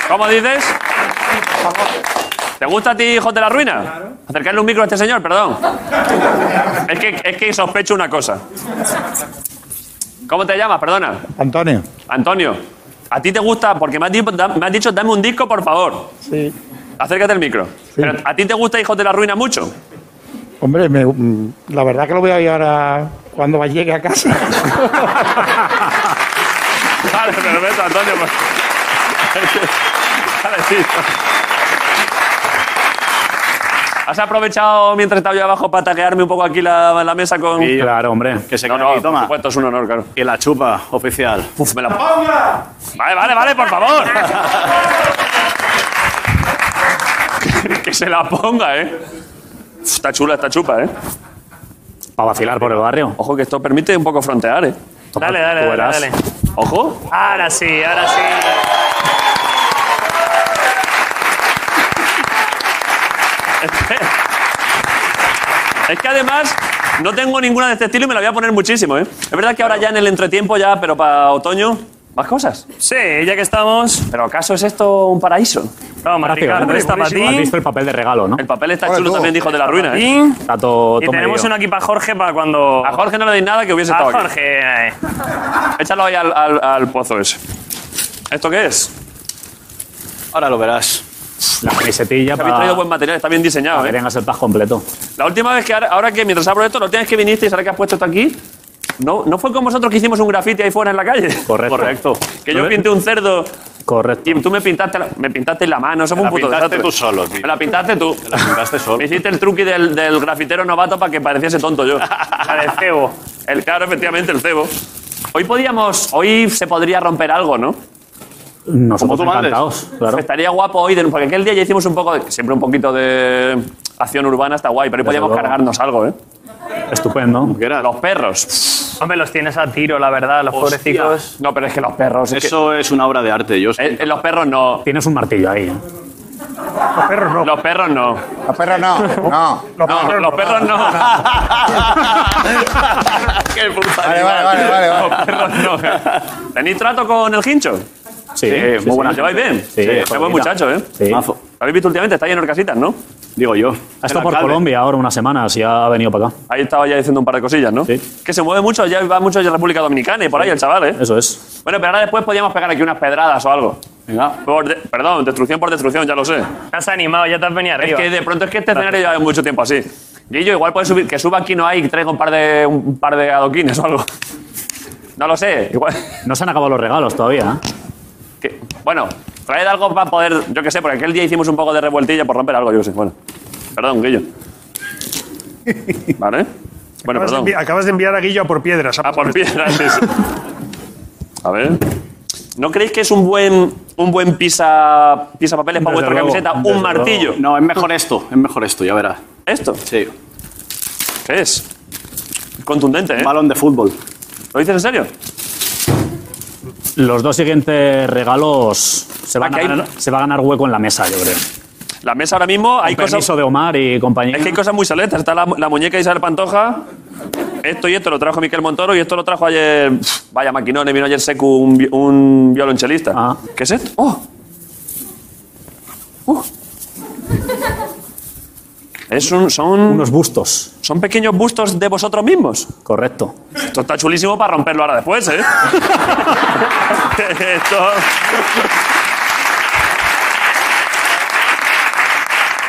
Speaker 1: ¿Cómo dices? ¿Te gusta a ti, hijos de la ruina? Acercarle un micro a este señor, perdón. Es que, es que sospecho una cosa. ¿Cómo te llamas? Perdona.
Speaker 9: Antonio.
Speaker 1: Antonio, ¿a ti te gusta? Porque me has, di- da- me has dicho, dame un disco, por favor.
Speaker 10: Sí.
Speaker 1: Acércate al micro. Pero, ¿A ti te gusta Hijos de la Ruina mucho?
Speaker 10: Hombre, me- mm, la verdad que lo voy a llevar a cuando va- llegue a casa.
Speaker 1: Vale, perfecto, Antonio. pues. Vale, sí. ¿Has aprovechado mientras estaba yo abajo para taguearme un poco aquí la, la mesa con.?
Speaker 8: Sí,
Speaker 6: Claro, hombre.
Speaker 8: Que se
Speaker 1: no,
Speaker 8: quede
Speaker 1: no,
Speaker 8: aquí,
Speaker 1: por
Speaker 8: toma.
Speaker 1: supuesto, es un honor, claro.
Speaker 8: Y la chupa oficial.
Speaker 1: Uf, me la. Vale, vale, vale, por favor. que, que se la ponga, ¿eh? Está chula esta chupa, ¿eh?
Speaker 6: Para vacilar por el barrio.
Speaker 1: Ojo, que esto permite un poco frontear, ¿eh?
Speaker 7: Dale, dale,
Speaker 6: Tú
Speaker 7: dale,
Speaker 6: verás.
Speaker 7: dale.
Speaker 1: Ojo.
Speaker 7: Ahora sí, ahora sí.
Speaker 1: Es que además no tengo ninguna de este estilo y me la voy a poner muchísimo, ¿eh? Es verdad que ahora ya en el entretiempo ya, pero para otoño, más cosas.
Speaker 7: Sí, ya que estamos.
Speaker 1: ¿Pero acaso es esto un paraíso?
Speaker 7: Vamos a
Speaker 6: Prácticamente.
Speaker 7: Ricardo, esta para
Speaker 6: Has
Speaker 7: ti.
Speaker 6: visto el papel de regalo, ¿no?
Speaker 1: El papel está
Speaker 3: Ahora
Speaker 1: chulo
Speaker 3: tú.
Speaker 1: también, dijo de la ruina, ¿eh?
Speaker 7: Y,
Speaker 6: Está todo,
Speaker 7: y
Speaker 6: todo
Speaker 7: tenemos
Speaker 6: medido.
Speaker 7: uno aquí para Jorge para cuando.
Speaker 1: A Jorge no le deis nada que hubiese
Speaker 7: A
Speaker 1: estado aquí.
Speaker 7: Jorge. eh.
Speaker 1: Échalo ahí al, al- al pozo ese. ¿Esto qué es?
Speaker 8: Ahora lo verás.
Speaker 6: la camisetilla
Speaker 1: Habéis traído buen
Speaker 6: para
Speaker 1: material, está bien diseñado,
Speaker 6: que
Speaker 1: ¿eh?
Speaker 6: tengas el pack completo.
Speaker 1: La última vez que, ahora, ahora que mientras abro esto, la última vez que vinisteis, ahora que has puesto esto aquí, ¿no, ¿no fue con vosotros que hicimos un grafiti ahí fuera en la calle?
Speaker 6: Correcto.
Speaker 1: Correcto. Que yo pinté un cerdo
Speaker 6: Correcto.
Speaker 1: y tú me pintaste la, me pintaste la mano, somos
Speaker 7: Me
Speaker 1: un
Speaker 7: la
Speaker 1: puto
Speaker 7: pintaste
Speaker 1: desastre.
Speaker 7: tú solo, tío.
Speaker 1: Me la pintaste tú.
Speaker 7: Te la pintaste solo.
Speaker 1: Me hiciste el truqui del, del grafitero novato para que pareciese tonto yo. Para el cebo. El claro, efectivamente, el cebo. Hoy podíamos, hoy se podría romper algo, ¿no?
Speaker 6: Nosotros
Speaker 7: tú mandes.
Speaker 6: encantados, claro.
Speaker 1: Estaría guapo hoy, de- porque aquel día ya hicimos un poco, de- siempre un poquito de acción urbana, está guay, pero hoy
Speaker 6: Desde
Speaker 1: podíamos
Speaker 6: luego.
Speaker 1: cargarnos algo, ¿eh?
Speaker 6: Estupendo.
Speaker 1: Los perros.
Speaker 11: Hombre, los tienes a tiro, la verdad, los
Speaker 7: Hostia.
Speaker 11: pobrecicos.
Speaker 1: No, pero es que los perros. es que-
Speaker 7: Eso es una obra de arte, yo.
Speaker 1: eh, eh, los perros no.
Speaker 6: Tienes un martillo ahí. ¿eh?
Speaker 5: Los perros no.
Speaker 1: Los perros no.
Speaker 3: Los perros no, no.
Speaker 5: Los
Speaker 1: No,
Speaker 5: perros
Speaker 1: los
Speaker 5: no.
Speaker 1: perros no.
Speaker 7: ¡Qué puta
Speaker 3: Vale, vale, vale, vale. vale.
Speaker 1: Los perros no. ¿Tenéis trato con el hincho?
Speaker 6: Sí, sí,
Speaker 7: muy buena
Speaker 1: ¿Os lleváis bien?
Speaker 6: Sí,
Speaker 1: Qué buen muchacho, ¿eh?
Speaker 6: Sí.
Speaker 7: Mazo.
Speaker 1: Lo habéis visto últimamente, está lleno de casitas, ¿no?
Speaker 7: Digo yo.
Speaker 6: Ha
Speaker 7: El
Speaker 6: estado por
Speaker 7: alcalde.
Speaker 6: Colombia ahora unas semanas y ha venido para acá.
Speaker 1: Ahí estaba ya diciendo un par de cosillas, ¿no?
Speaker 6: Sí.
Speaker 1: Que se mueve mucho, ya va mucho de República Dominicana y por ahí el chaval, ¿eh?
Speaker 6: Eso es.
Speaker 1: Bueno, pero ahora después podíamos pegar aquí unas pedradas o algo.
Speaker 7: Venga.
Speaker 1: Por de- perdón, destrucción por destrucción, ya lo sé.
Speaker 11: Te has animado, ya te has venido
Speaker 1: Es
Speaker 11: arriba.
Speaker 1: que de pronto es que este escenario lleva mucho tiempo así. Guillo, igual puedes subir, que suba aquí no hay, que traiga un par de, un par de adoquines o algo. No lo sé, igual.
Speaker 6: No se han acabado los regalos todavía. ¿eh?
Speaker 1: que- bueno, traed algo para poder, yo qué sé, porque aquel día hicimos un poco de revueltilla por romper algo, yo qué sé. Bueno, perdón, Guillo. Vale. Bueno,
Speaker 5: Acabas de,
Speaker 1: perdón.
Speaker 5: envi- acabas de enviar a Guillo a por piedras.
Speaker 1: Ah, por piedras. eso. A ver. ¿No creéis que es un buen, un buen pisa, pisa papeles para
Speaker 6: Desde
Speaker 1: vuestra
Speaker 6: luego,
Speaker 1: camiseta?
Speaker 6: desde
Speaker 1: Un martillo.
Speaker 7: No, es mejor esto, es mejor esto, ya verás.
Speaker 1: ¿Esto?
Speaker 7: Sí.
Speaker 1: ¿Qué es? Es Contundente, ¿eh?
Speaker 7: Un balón de fútbol.
Speaker 1: ¿Lo dices en serio?
Speaker 6: Los dos siguientes regalos se va, a
Speaker 1: Ah, que hay-
Speaker 6: ganar, se va a ganar hueco en la mesa, yo creo.
Speaker 1: La mesa ahora mismo hay
Speaker 6: Permiso
Speaker 1: cosas.
Speaker 6: de Omar y compañía.
Speaker 1: Es que hay cosas muy soletas. Está la, la muñeca de Isabel Pantoja. Esto y esto lo trajo Miquel Montoro y esto lo trajo ayer. Pf, Vaya maquinón, vino ayer Secu un, vi- un violonchelista.
Speaker 6: Ah.
Speaker 1: ¿Qué es esto? ¡Oh! ¡Oh! Es un, son,
Speaker 6: Unos bustos,
Speaker 1: son pequeños bustos de vosotros mismos.
Speaker 6: correcto.
Speaker 1: Esto está chulísimo para romperlo ahora después, ¿eh? Esto...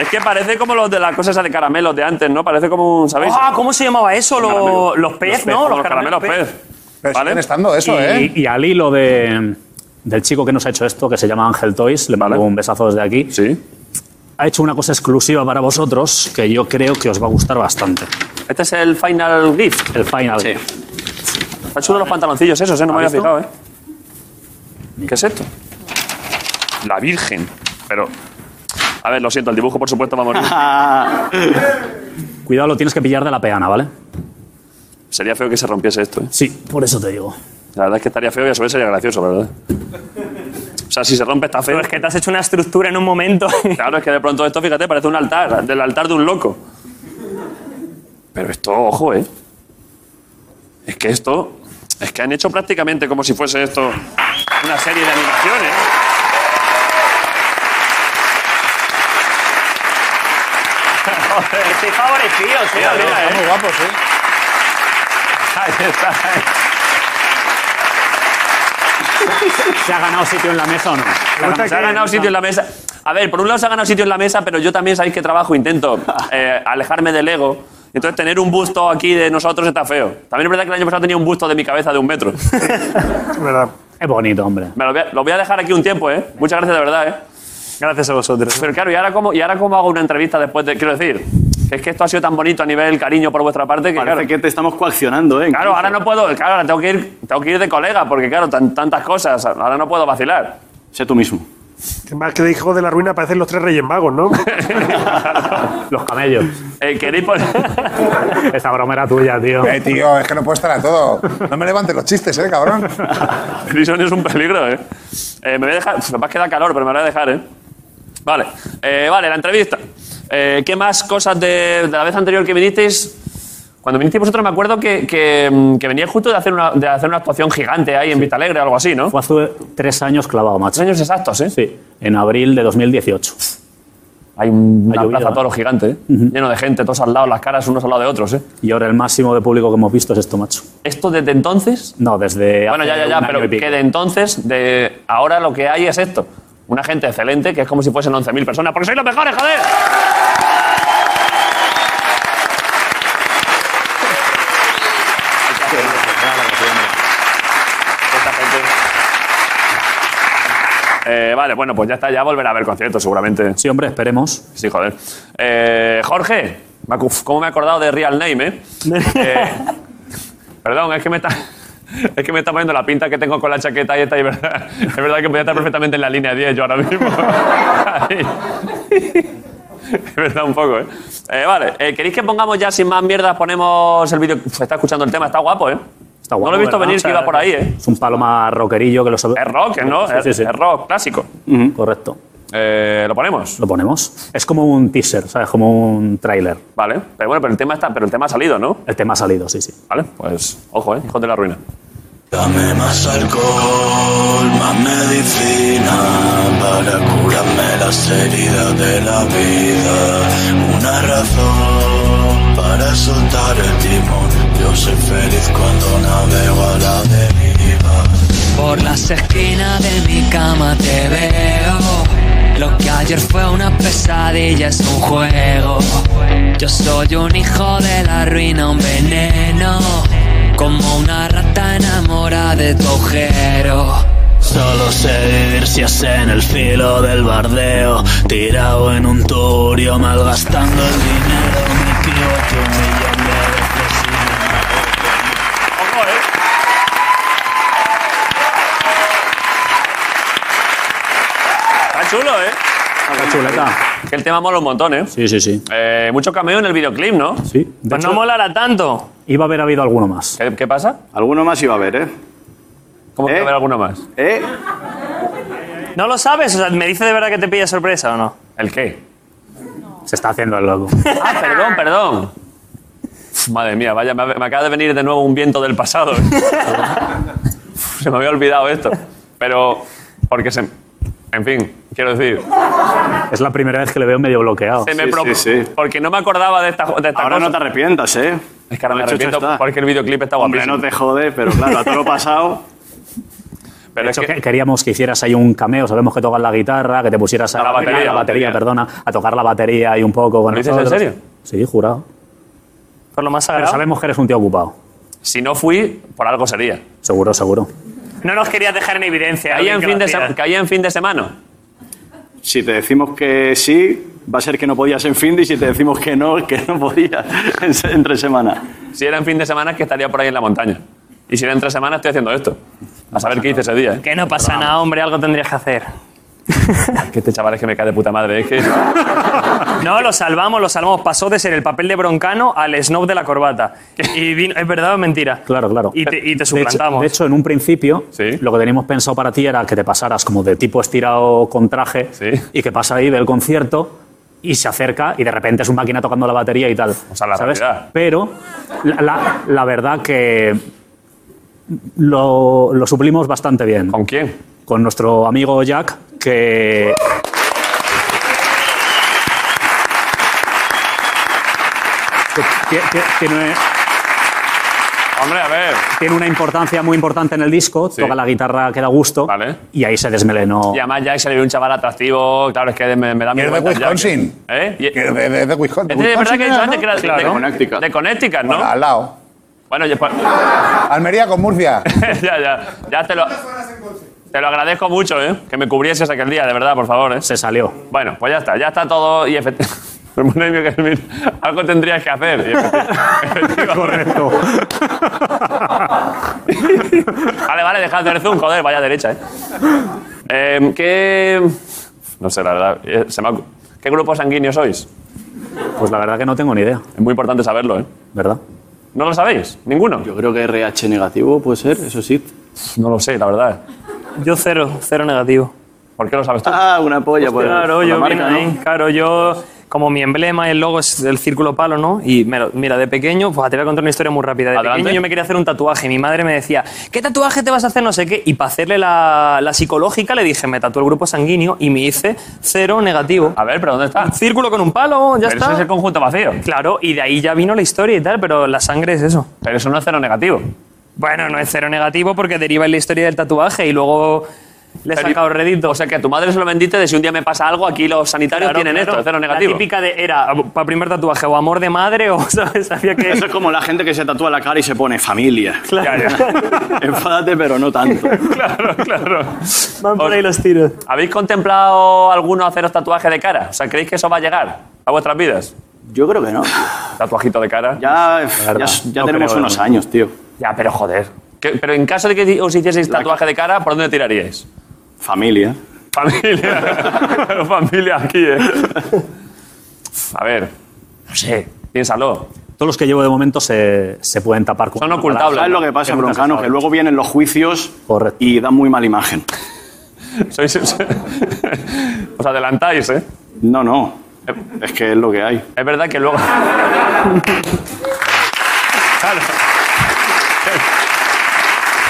Speaker 1: Es que parece como los de las cosas esas de caramelos de antes, ¿no? Parece como un, ¿sabéis?
Speaker 11: Ah, ¿cómo se llamaba eso? Lo-
Speaker 1: Caramelo.
Speaker 11: los pez, ¿no?
Speaker 1: Los caramelos pez.
Speaker 3: Pero
Speaker 1: ¿Vale?
Speaker 3: siguen estando eso, ¿eh?
Speaker 6: Y, y al hilo de, del chico que nos ha hecho esto, que se llama Ángel Toys, le mando
Speaker 1: Vale.
Speaker 6: un besazo desde aquí.
Speaker 1: Sí.
Speaker 6: Ha hecho una cosa exclusiva para vosotros que yo creo que os va a gustar bastante.
Speaker 1: Este es el final gift.
Speaker 6: El final.
Speaker 7: Sí.
Speaker 1: Está chulo los pantaloncillos esos, ¿eh? No me había
Speaker 6: ¿Has
Speaker 1: fijado, ¿eh? ¿Qué es esto? La Virgen. Pero... A ver, lo siento, el dibujo, por supuesto, va a morir.
Speaker 6: Cuidado, lo tienes que pillar de la peana, ¿vale?
Speaker 1: Sería feo que se rompiese esto, ¿eh?
Speaker 6: Sí, por eso te digo.
Speaker 1: La verdad es que estaría feo y a su vez sería gracioso, la verdad. O sea, si se rompe está feo.
Speaker 11: Pero es que te has hecho una estructura en un momento.
Speaker 1: Claro, es que de pronto esto, fíjate, parece un altar, del altar de un loco. Pero esto, ojo, ¿eh? Es que esto... Es que han hecho prácticamente como si fuese esto una serie de animaciones.
Speaker 11: Estoy favorecido, tío.
Speaker 1: Mira,
Speaker 3: Están
Speaker 1: ¿eh?
Speaker 3: muy guapos, ¿eh?
Speaker 1: Ahí está, ¿eh?
Speaker 6: ¿Se ha ganado sitio en la mesa o no?
Speaker 1: Se ha ganado sitio en la mesa. A ver, por un lado se ha ganado sitio en la mesa, pero yo también sabéis que trabajo, intento eh, alejarme del ego. Entonces tener un busto aquí de nosotros está feo. También es verdad que el año pasado tenía un busto de mi cabeza de un metro.
Speaker 5: ¿verdad?
Speaker 6: Es bonito, hombre.
Speaker 1: Me lo, voy a, lo voy a dejar aquí un tiempo, ¿eh? Muchas gracias de verdad, ¿eh?
Speaker 11: Gracias a vosotros.
Speaker 1: Pero claro, ¿y ahora cómo, y ahora cómo hago una entrevista después de...? Quiero decir, que es que esto ha sido tan bonito a nivel cariño por vuestra parte que,
Speaker 7: Parece
Speaker 1: claro,
Speaker 7: que te estamos coaccionando, ¿eh?
Speaker 1: claro, ahora no puedo... Claro, ahora tengo que ir, tengo que ir de colega porque, claro, tan- tantas cosas. Ahora no puedo vacilar.
Speaker 7: Sé tú mismo.
Speaker 5: Más que de hijo de la ruina parecen los tres reyes magos, ¿no?
Speaker 6: Los camellos.
Speaker 1: Eh, ¿Queréis poner...?
Speaker 6: Esta broma era tuya, tío.
Speaker 3: Eh, tío, es que no puedo estar a todo. No me levantes los chistes, ¿eh, cabrón?
Speaker 1: Prison es un peligro, ¿eh? Eh, me voy a dejar... Uf, capaz que da calor, pero me lo voy a dejar, ¿eh? Vale. Eh, vale, la entrevista. Eh, ¿Qué más cosas de, de la vez anterior que vinisteis...? Cuando vinisteis vosotros me acuerdo que, que, mm, que veníais justo de hacer, una, de hacer una actuación gigante ahí en Vista Alegre o algo así, ¿no?
Speaker 6: Fue hace tres años clavado, macho.
Speaker 1: Tres años exactos, ¿eh?
Speaker 6: Sí, en abril de 2018.
Speaker 1: Hay un- una
Speaker 6: Ha llovido,
Speaker 1: plaza
Speaker 6: ¿eh?
Speaker 1: toro gigante, ¿eh? lleno de gente, todos al lado, las caras unos al lado de otros. ¿eh?
Speaker 6: Y ahora el máximo de público que hemos visto es esto, macho.
Speaker 1: Esto desde entonces.
Speaker 6: No, desde.
Speaker 1: bueno,
Speaker 6: hace
Speaker 1: ya, ya, ya,
Speaker 6: un año
Speaker 1: pero
Speaker 6: y pico.
Speaker 1: que de entonces, de ahora lo que hay es esto. una gente excelente que es como si fuesen 11.000 personas. ¡Porque sois los mejores, joder! Esta gente. Eh, vale, bueno, pues ya está, ya volverá a haber conciertos seguramente.
Speaker 6: Sí, hombre, esperemos.
Speaker 1: Sí, joder. Eh, Jorge, me acu- ¿cómo me he acordado de Real Name, eh? Eh, perdón, es que me está... Es que me está poniendo la pinta que tengo con la chaqueta y esta, y verdad, es verdad que podía estar perfectamente en la línea 10 yo ahora mismo. Ahí. Es verdad, un poco, ¿eh? Eh, vale, eh, ¿queréis que pongamos ya sin más mierdas? Ponemos el vídeo. Uf, está escuchando el tema, está guapo, ¿eh?
Speaker 6: Está guapo,
Speaker 1: no lo he visto
Speaker 6: ¿verdad?
Speaker 1: venir que iba por ahí, ¿eh?
Speaker 6: Es un palo más rockerillo que los...
Speaker 1: Es rock, ¿no?
Speaker 6: Sí, sí, sí.
Speaker 1: Es rock clásico.
Speaker 6: Ujú. Correcto.
Speaker 1: Eh, ¿Lo ponemos?
Speaker 6: Lo ponemos. Es como un teaser, ¿sabes? Como un tráiler.
Speaker 1: Vale. Pero bueno, pero el tema está, pero el tema ha salido, ¿no?
Speaker 6: El tema ha salido, sí, sí.
Speaker 1: Vale, pues ojo, ¿eh? Hijos de la ruina.
Speaker 12: Dame más alcohol, más medicina para curarme las heridas de la vida. Una razón para soltar el timón. Yo soy feliz cuando navego a la deriva.
Speaker 13: Por las esquinas de mi cama te veo. Lo que ayer fue una pesadilla es un juego. Yo soy un hijo de la ruina, un veneno. Como una rata enamorada de tu agujero.
Speaker 12: Solo sé vivir si es en el filo del bardeo, tirado en un turio, malgastando el dinero. Me equivoqué un millón de veces y
Speaker 11: eh.
Speaker 1: Está chulo, ¿eh?
Speaker 6: Está chuleta.
Speaker 1: Que el tema mola un montón, ¿eh?
Speaker 6: Sí, sí, sí.
Speaker 1: Eh, mucho cameo en el videoclip, ¿no?
Speaker 6: Sí. De
Speaker 11: Pues
Speaker 6: hecho,
Speaker 11: no molará tanto.
Speaker 6: iba a haber habido alguno más.
Speaker 1: ¿Qué, qué pasa?
Speaker 7: Alguno más iba a haber, ¿eh?
Speaker 1: ¿Cómo que
Speaker 7: ¿Eh?
Speaker 1: va a haber alguno más?
Speaker 7: ¿Eh?
Speaker 11: ¿No lo sabes? O sea, ¿me dice de verdad que te pilla sorpresa o no?
Speaker 1: ¿El qué?
Speaker 6: Se está haciendo el loco.
Speaker 1: Ah, perdón, perdón. Uf, Madre mía, vaya, me, ha- me acaba de venir de nuevo un viento del pasado. Uf, se me había olvidado esto. Pero, porque se... En fin, quiero decir...
Speaker 6: Es la primera vez que le veo medio bloqueado.
Speaker 1: Se me
Speaker 7: Sí,
Speaker 1: pro-
Speaker 7: sí, sí.
Speaker 1: Porque no me acordaba de esta, de esta
Speaker 7: Ahora
Speaker 1: cosa.
Speaker 7: no te arrepientas, ¿eh?
Speaker 1: es que ahora me
Speaker 7: Lo hecho, hecho
Speaker 1: arrepiento
Speaker 7: está.
Speaker 1: porque el videoclip está
Speaker 7: Hombre,
Speaker 1: guapísimo.
Speaker 7: no te jode, pero claro, a todo lo pasado.
Speaker 1: Pero
Speaker 6: De
Speaker 1: es
Speaker 6: hecho,
Speaker 1: que-
Speaker 6: que- queríamos que hicieras ahí un cameo. Sabemos que tocas la guitarra, que te pusieras a
Speaker 1: La batería,
Speaker 6: la
Speaker 1: la batería.
Speaker 6: batería, perdona, a tocar la batería y un poco. con
Speaker 1: ¿Lo dices en
Speaker 6: nosotros.
Speaker 1: serio?
Speaker 6: Sí, jurado.
Speaker 11: Por lo más
Speaker 6: Pero
Speaker 11: sagrado.
Speaker 6: sabemos que eres un tío ocupado.
Speaker 1: si no fui, por algo sería.
Speaker 6: Seguro, seguro.
Speaker 11: No nos querías dejar en evidencia. alguien
Speaker 1: Caía en,
Speaker 11: que
Speaker 1: fin
Speaker 11: lo
Speaker 1: de
Speaker 11: hacía.
Speaker 1: se- caía en fin de semana.
Speaker 7: Si te decimos que sí, va a ser que no podías en fin de, y si te decimos que no, que no podías en se- entre semana.
Speaker 1: Si era en fin de semana, es que estaría por ahí en la montaña. Y si era entre semanas, estoy haciendo esto. A saber qué hice ese día. ¿eh?
Speaker 11: Que no pasa nada, hombre, algo tendrías que hacer.
Speaker 1: Que este chaval es que me cae de puta madre. Es que.
Speaker 11: No, lo salvamos, lo salvamos. Pasó de ser el papel de broncano al snob de la corbata. Y vino, ¿Es verdad o es mentira?
Speaker 6: Claro, claro.
Speaker 11: Y te, y te
Speaker 6: De hecho,
Speaker 11: suplantamos.
Speaker 6: de hecho, en un principio,
Speaker 1: Sí.
Speaker 6: lo que teníamos pensado para ti era que te pasaras como de tipo estirado con traje
Speaker 1: Sí.
Speaker 6: y que pasa ahí del concierto y se acerca y de repente es un máquina tocando la batería y tal. O
Speaker 1: sea, la realidad.
Speaker 6: Pero la, la- la verdad que lo, lo suplimos bastante bien.
Speaker 1: ¿Con quién?
Speaker 6: Con nuestro amigo Jack, que. que- que- que tiene-
Speaker 1: Hombre, a ver.
Speaker 6: tiene una importancia muy importante en el disco,
Speaker 1: Sí.
Speaker 6: toca la guitarra que da gusto,
Speaker 1: Vale.
Speaker 6: y ahí se desmelenó.
Speaker 1: Y además, ya se le ve un chaval atractivo. Claro, es que me, me da
Speaker 3: Y
Speaker 1: miedo.
Speaker 3: es de Wisconsin.
Speaker 1: ¿Eh? Y-
Speaker 3: Que de, de- de Wisconsin.
Speaker 1: Este es verdad
Speaker 3: Wisconsin
Speaker 1: que he
Speaker 3: era,
Speaker 1: dicho
Speaker 3: ¿no?
Speaker 1: antes que era de-
Speaker 7: Claro,
Speaker 1: de,
Speaker 7: de Connecticut.
Speaker 1: De Connecticut, ¿no?
Speaker 3: Bueno, al lado.
Speaker 1: Bueno, ya, pues-
Speaker 3: Almería con Murcia.
Speaker 1: ya, ya. Ya te lo. Te lo agradezco mucho, ¿eh? Que me cubrieses aquel día, de verdad, por favor, ¿eh?
Speaker 6: Se salió.
Speaker 1: Bueno, pues ya está, ya está todo y efecti- Me pone nervio que mira, algo tendrías que hacer. Y efecti- efectivamente.
Speaker 6: Correcto.
Speaker 1: Vale, vale, dejad de hacer zoom, joder, vaya derecha, ¿eh? Em, ¿Qué...? No sé, la verdad. eh, se me ha ocu- ¿Qué grupo sanguíneo sois?
Speaker 6: Pues la verdad que no tengo ni idea,
Speaker 1: Es muy importante saberlo, ¿eh?
Speaker 6: ¿verdad?
Speaker 1: ¿No lo sabéis? ¿Ninguno?
Speaker 8: Yo creo que RH negativo puede ser, eso sí.
Speaker 1: no lo sé, la verdad.
Speaker 11: Yo cero, cero negativo.
Speaker 1: ¿Por qué lo sabes tú?
Speaker 7: Ah, una polla, pues.
Speaker 11: Claro,
Speaker 7: por la
Speaker 11: yo
Speaker 7: marca,
Speaker 11: vine ahí,
Speaker 7: ¿no?
Speaker 11: claro, yo como mi emblema y el logo es del círculo palo, ¿no? Y me lo- mira, de pequeño, pues te voy a contar una historia muy rápida. De
Speaker 1: Adelante.
Speaker 11: pequeño yo me quería hacer un tatuaje y mi madre me decía, ¿qué tatuaje te vas a hacer? No sé qué. Y para hacerle la, la psicológica le dije, me tatué el grupo sanguíneo y me hice cero negativo.
Speaker 1: A ver, pero ¿dónde está?
Speaker 11: Un círculo con un palo, ya
Speaker 1: Pero
Speaker 11: está.
Speaker 1: eso es el conjunto vacío.
Speaker 11: Claro, y de ahí ya vino la historia y tal, pero la sangre es eso.
Speaker 1: Pero eso no es cero negativo.
Speaker 11: Bueno, no es cero negativo porque deriva en la historia del tatuaje y luego
Speaker 5: Le he sacado redito.
Speaker 1: O sea que a tu madre se lo vendiste de si un día me pasa algo, aquí los sanitarios
Speaker 5: Claro,
Speaker 1: tienen
Speaker 5: claro.
Speaker 1: esto, cero
Speaker 5: La
Speaker 1: negativo. Ah,
Speaker 5: típica de era para primer tatuaje o amor de madre o sabes, sabía que
Speaker 8: Eso es como la gente que se tatúa la cara y se pone familia.
Speaker 5: Claro.
Speaker 8: Enfádate, pero no tanto.
Speaker 1: claro, claro.
Speaker 5: Van por ahí los tiros.
Speaker 1: ¿Habéis contemplado alguno haceros tatuaje de cara? O sea, ¿creéis que eso va a llegar a vuestras vidas?
Speaker 8: Yo creo que no.
Speaker 1: Tatuajito de cara.
Speaker 8: Ya, ya,
Speaker 1: verdad.
Speaker 8: ya
Speaker 1: No
Speaker 8: tenemos
Speaker 1: creo,
Speaker 8: unos
Speaker 1: no.
Speaker 8: años, tío.
Speaker 1: Ya, pero joder. ¿Qué- pero en caso de que os hicieseis tatuaje de cara, ¿por dónde tiraríais?
Speaker 8: Familia.
Speaker 1: Familia. Claro, Familia aquí, eh. A ver. No sé. Piénsalo.
Speaker 6: Todos los que llevo de momento se, se pueden tapar con.
Speaker 1: Son
Speaker 8: Ocultable.
Speaker 1: ocultables.
Speaker 8: ¿Sabes lo que pasa, Broncano? Que luego vienen los juicios y dan muy mala imagen.
Speaker 1: Sois- os adelantáis, ¿eh?
Speaker 8: No, no. Es que es lo que hay.
Speaker 1: Es verdad que luego. Claro.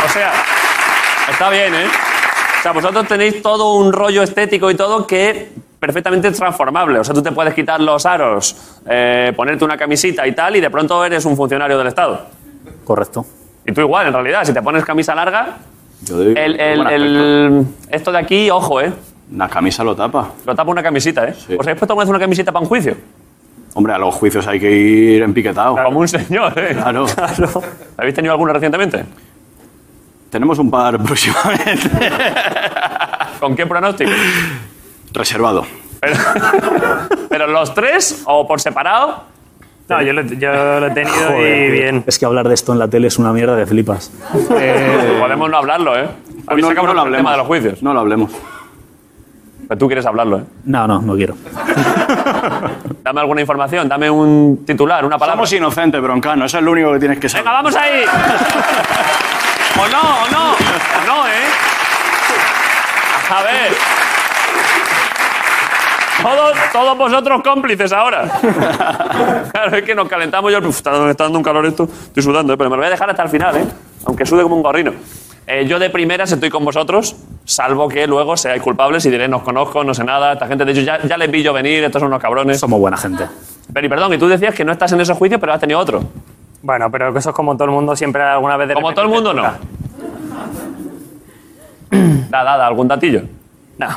Speaker 1: O sea, está bien, ¿eh? O sea, vosotros tenéis todo un rollo estético y todo que perfectamente es transformable. O sea, tú te puedes quitar los aros, eh, ponerte una camisita y tal, y de pronto eres un funcionario del Estado.
Speaker 6: Correcto.
Speaker 1: Y tú igual, en realidad, si te pones camisa larga,
Speaker 8: Yo digo,
Speaker 1: el, el-
Speaker 8: buen aspecto.
Speaker 1: el- esto de aquí, ojo, ¿eh?
Speaker 8: La camisa lo tapa.
Speaker 1: Lo tapa una camisita, ¿eh? ¿Os habéis puesto alguna vez una camisita para un juicio?
Speaker 8: Hombre, a los juicios hay que ir empiquetado.
Speaker 1: Como un señor, ¿eh?
Speaker 8: Claro.
Speaker 1: ¿Habéis tenido alguna recientemente?
Speaker 8: Tenemos un par próximamente.
Speaker 1: ¿Con qué pronóstico?
Speaker 8: Reservado.
Speaker 1: ¿Pero los tres o por separado?
Speaker 5: No, yo lo, yo lo he tenido y
Speaker 6: Joder,
Speaker 5: bien.
Speaker 6: Es que hablar de esto en la tele es una mierda que flipas.
Speaker 1: Podemos no hablarlo, ¿eh? A mí
Speaker 8: no,
Speaker 1: sacamos
Speaker 8: no lo
Speaker 1: el tema de los juicios.
Speaker 8: No lo hablemos.
Speaker 1: Pero tú quieres hablarlo, ¿eh?
Speaker 6: No, no, no quiero.
Speaker 1: Dame alguna información, dame un titular, una palabra.
Speaker 8: Somos inocentes, broncano. Eso es lo único que tienes que saber.
Speaker 1: ¡Venga, vamos ahí! ¡O no, o no! ¡O no, eh! A ver. Todos, todos vosotros cómplices ahora. Claro, es que nos calentamos yo. Uf, está, está dando un calor esto. Estoy sudando, eh, pero me lo voy a dejar hasta el final, ¿eh? Aunque sude como un gorrino. Eh, yo de primeras estoy con vosotros, salvo que luego seáis culpables y diréis, nos conozco, no sé nada. Esta gente, de hecho, ya, ya les vi yo venir, estos son unos cabrones.
Speaker 6: Somos buena gente.
Speaker 1: Pero, y perdón, y tú decías que no estás en esos juicios, pero has tenido otro.
Speaker 5: Bueno, pero eso es como todo el mundo, siempre alguna vez de
Speaker 1: Como todo el mundo, no. Da, da, da, algún datillo.
Speaker 5: No,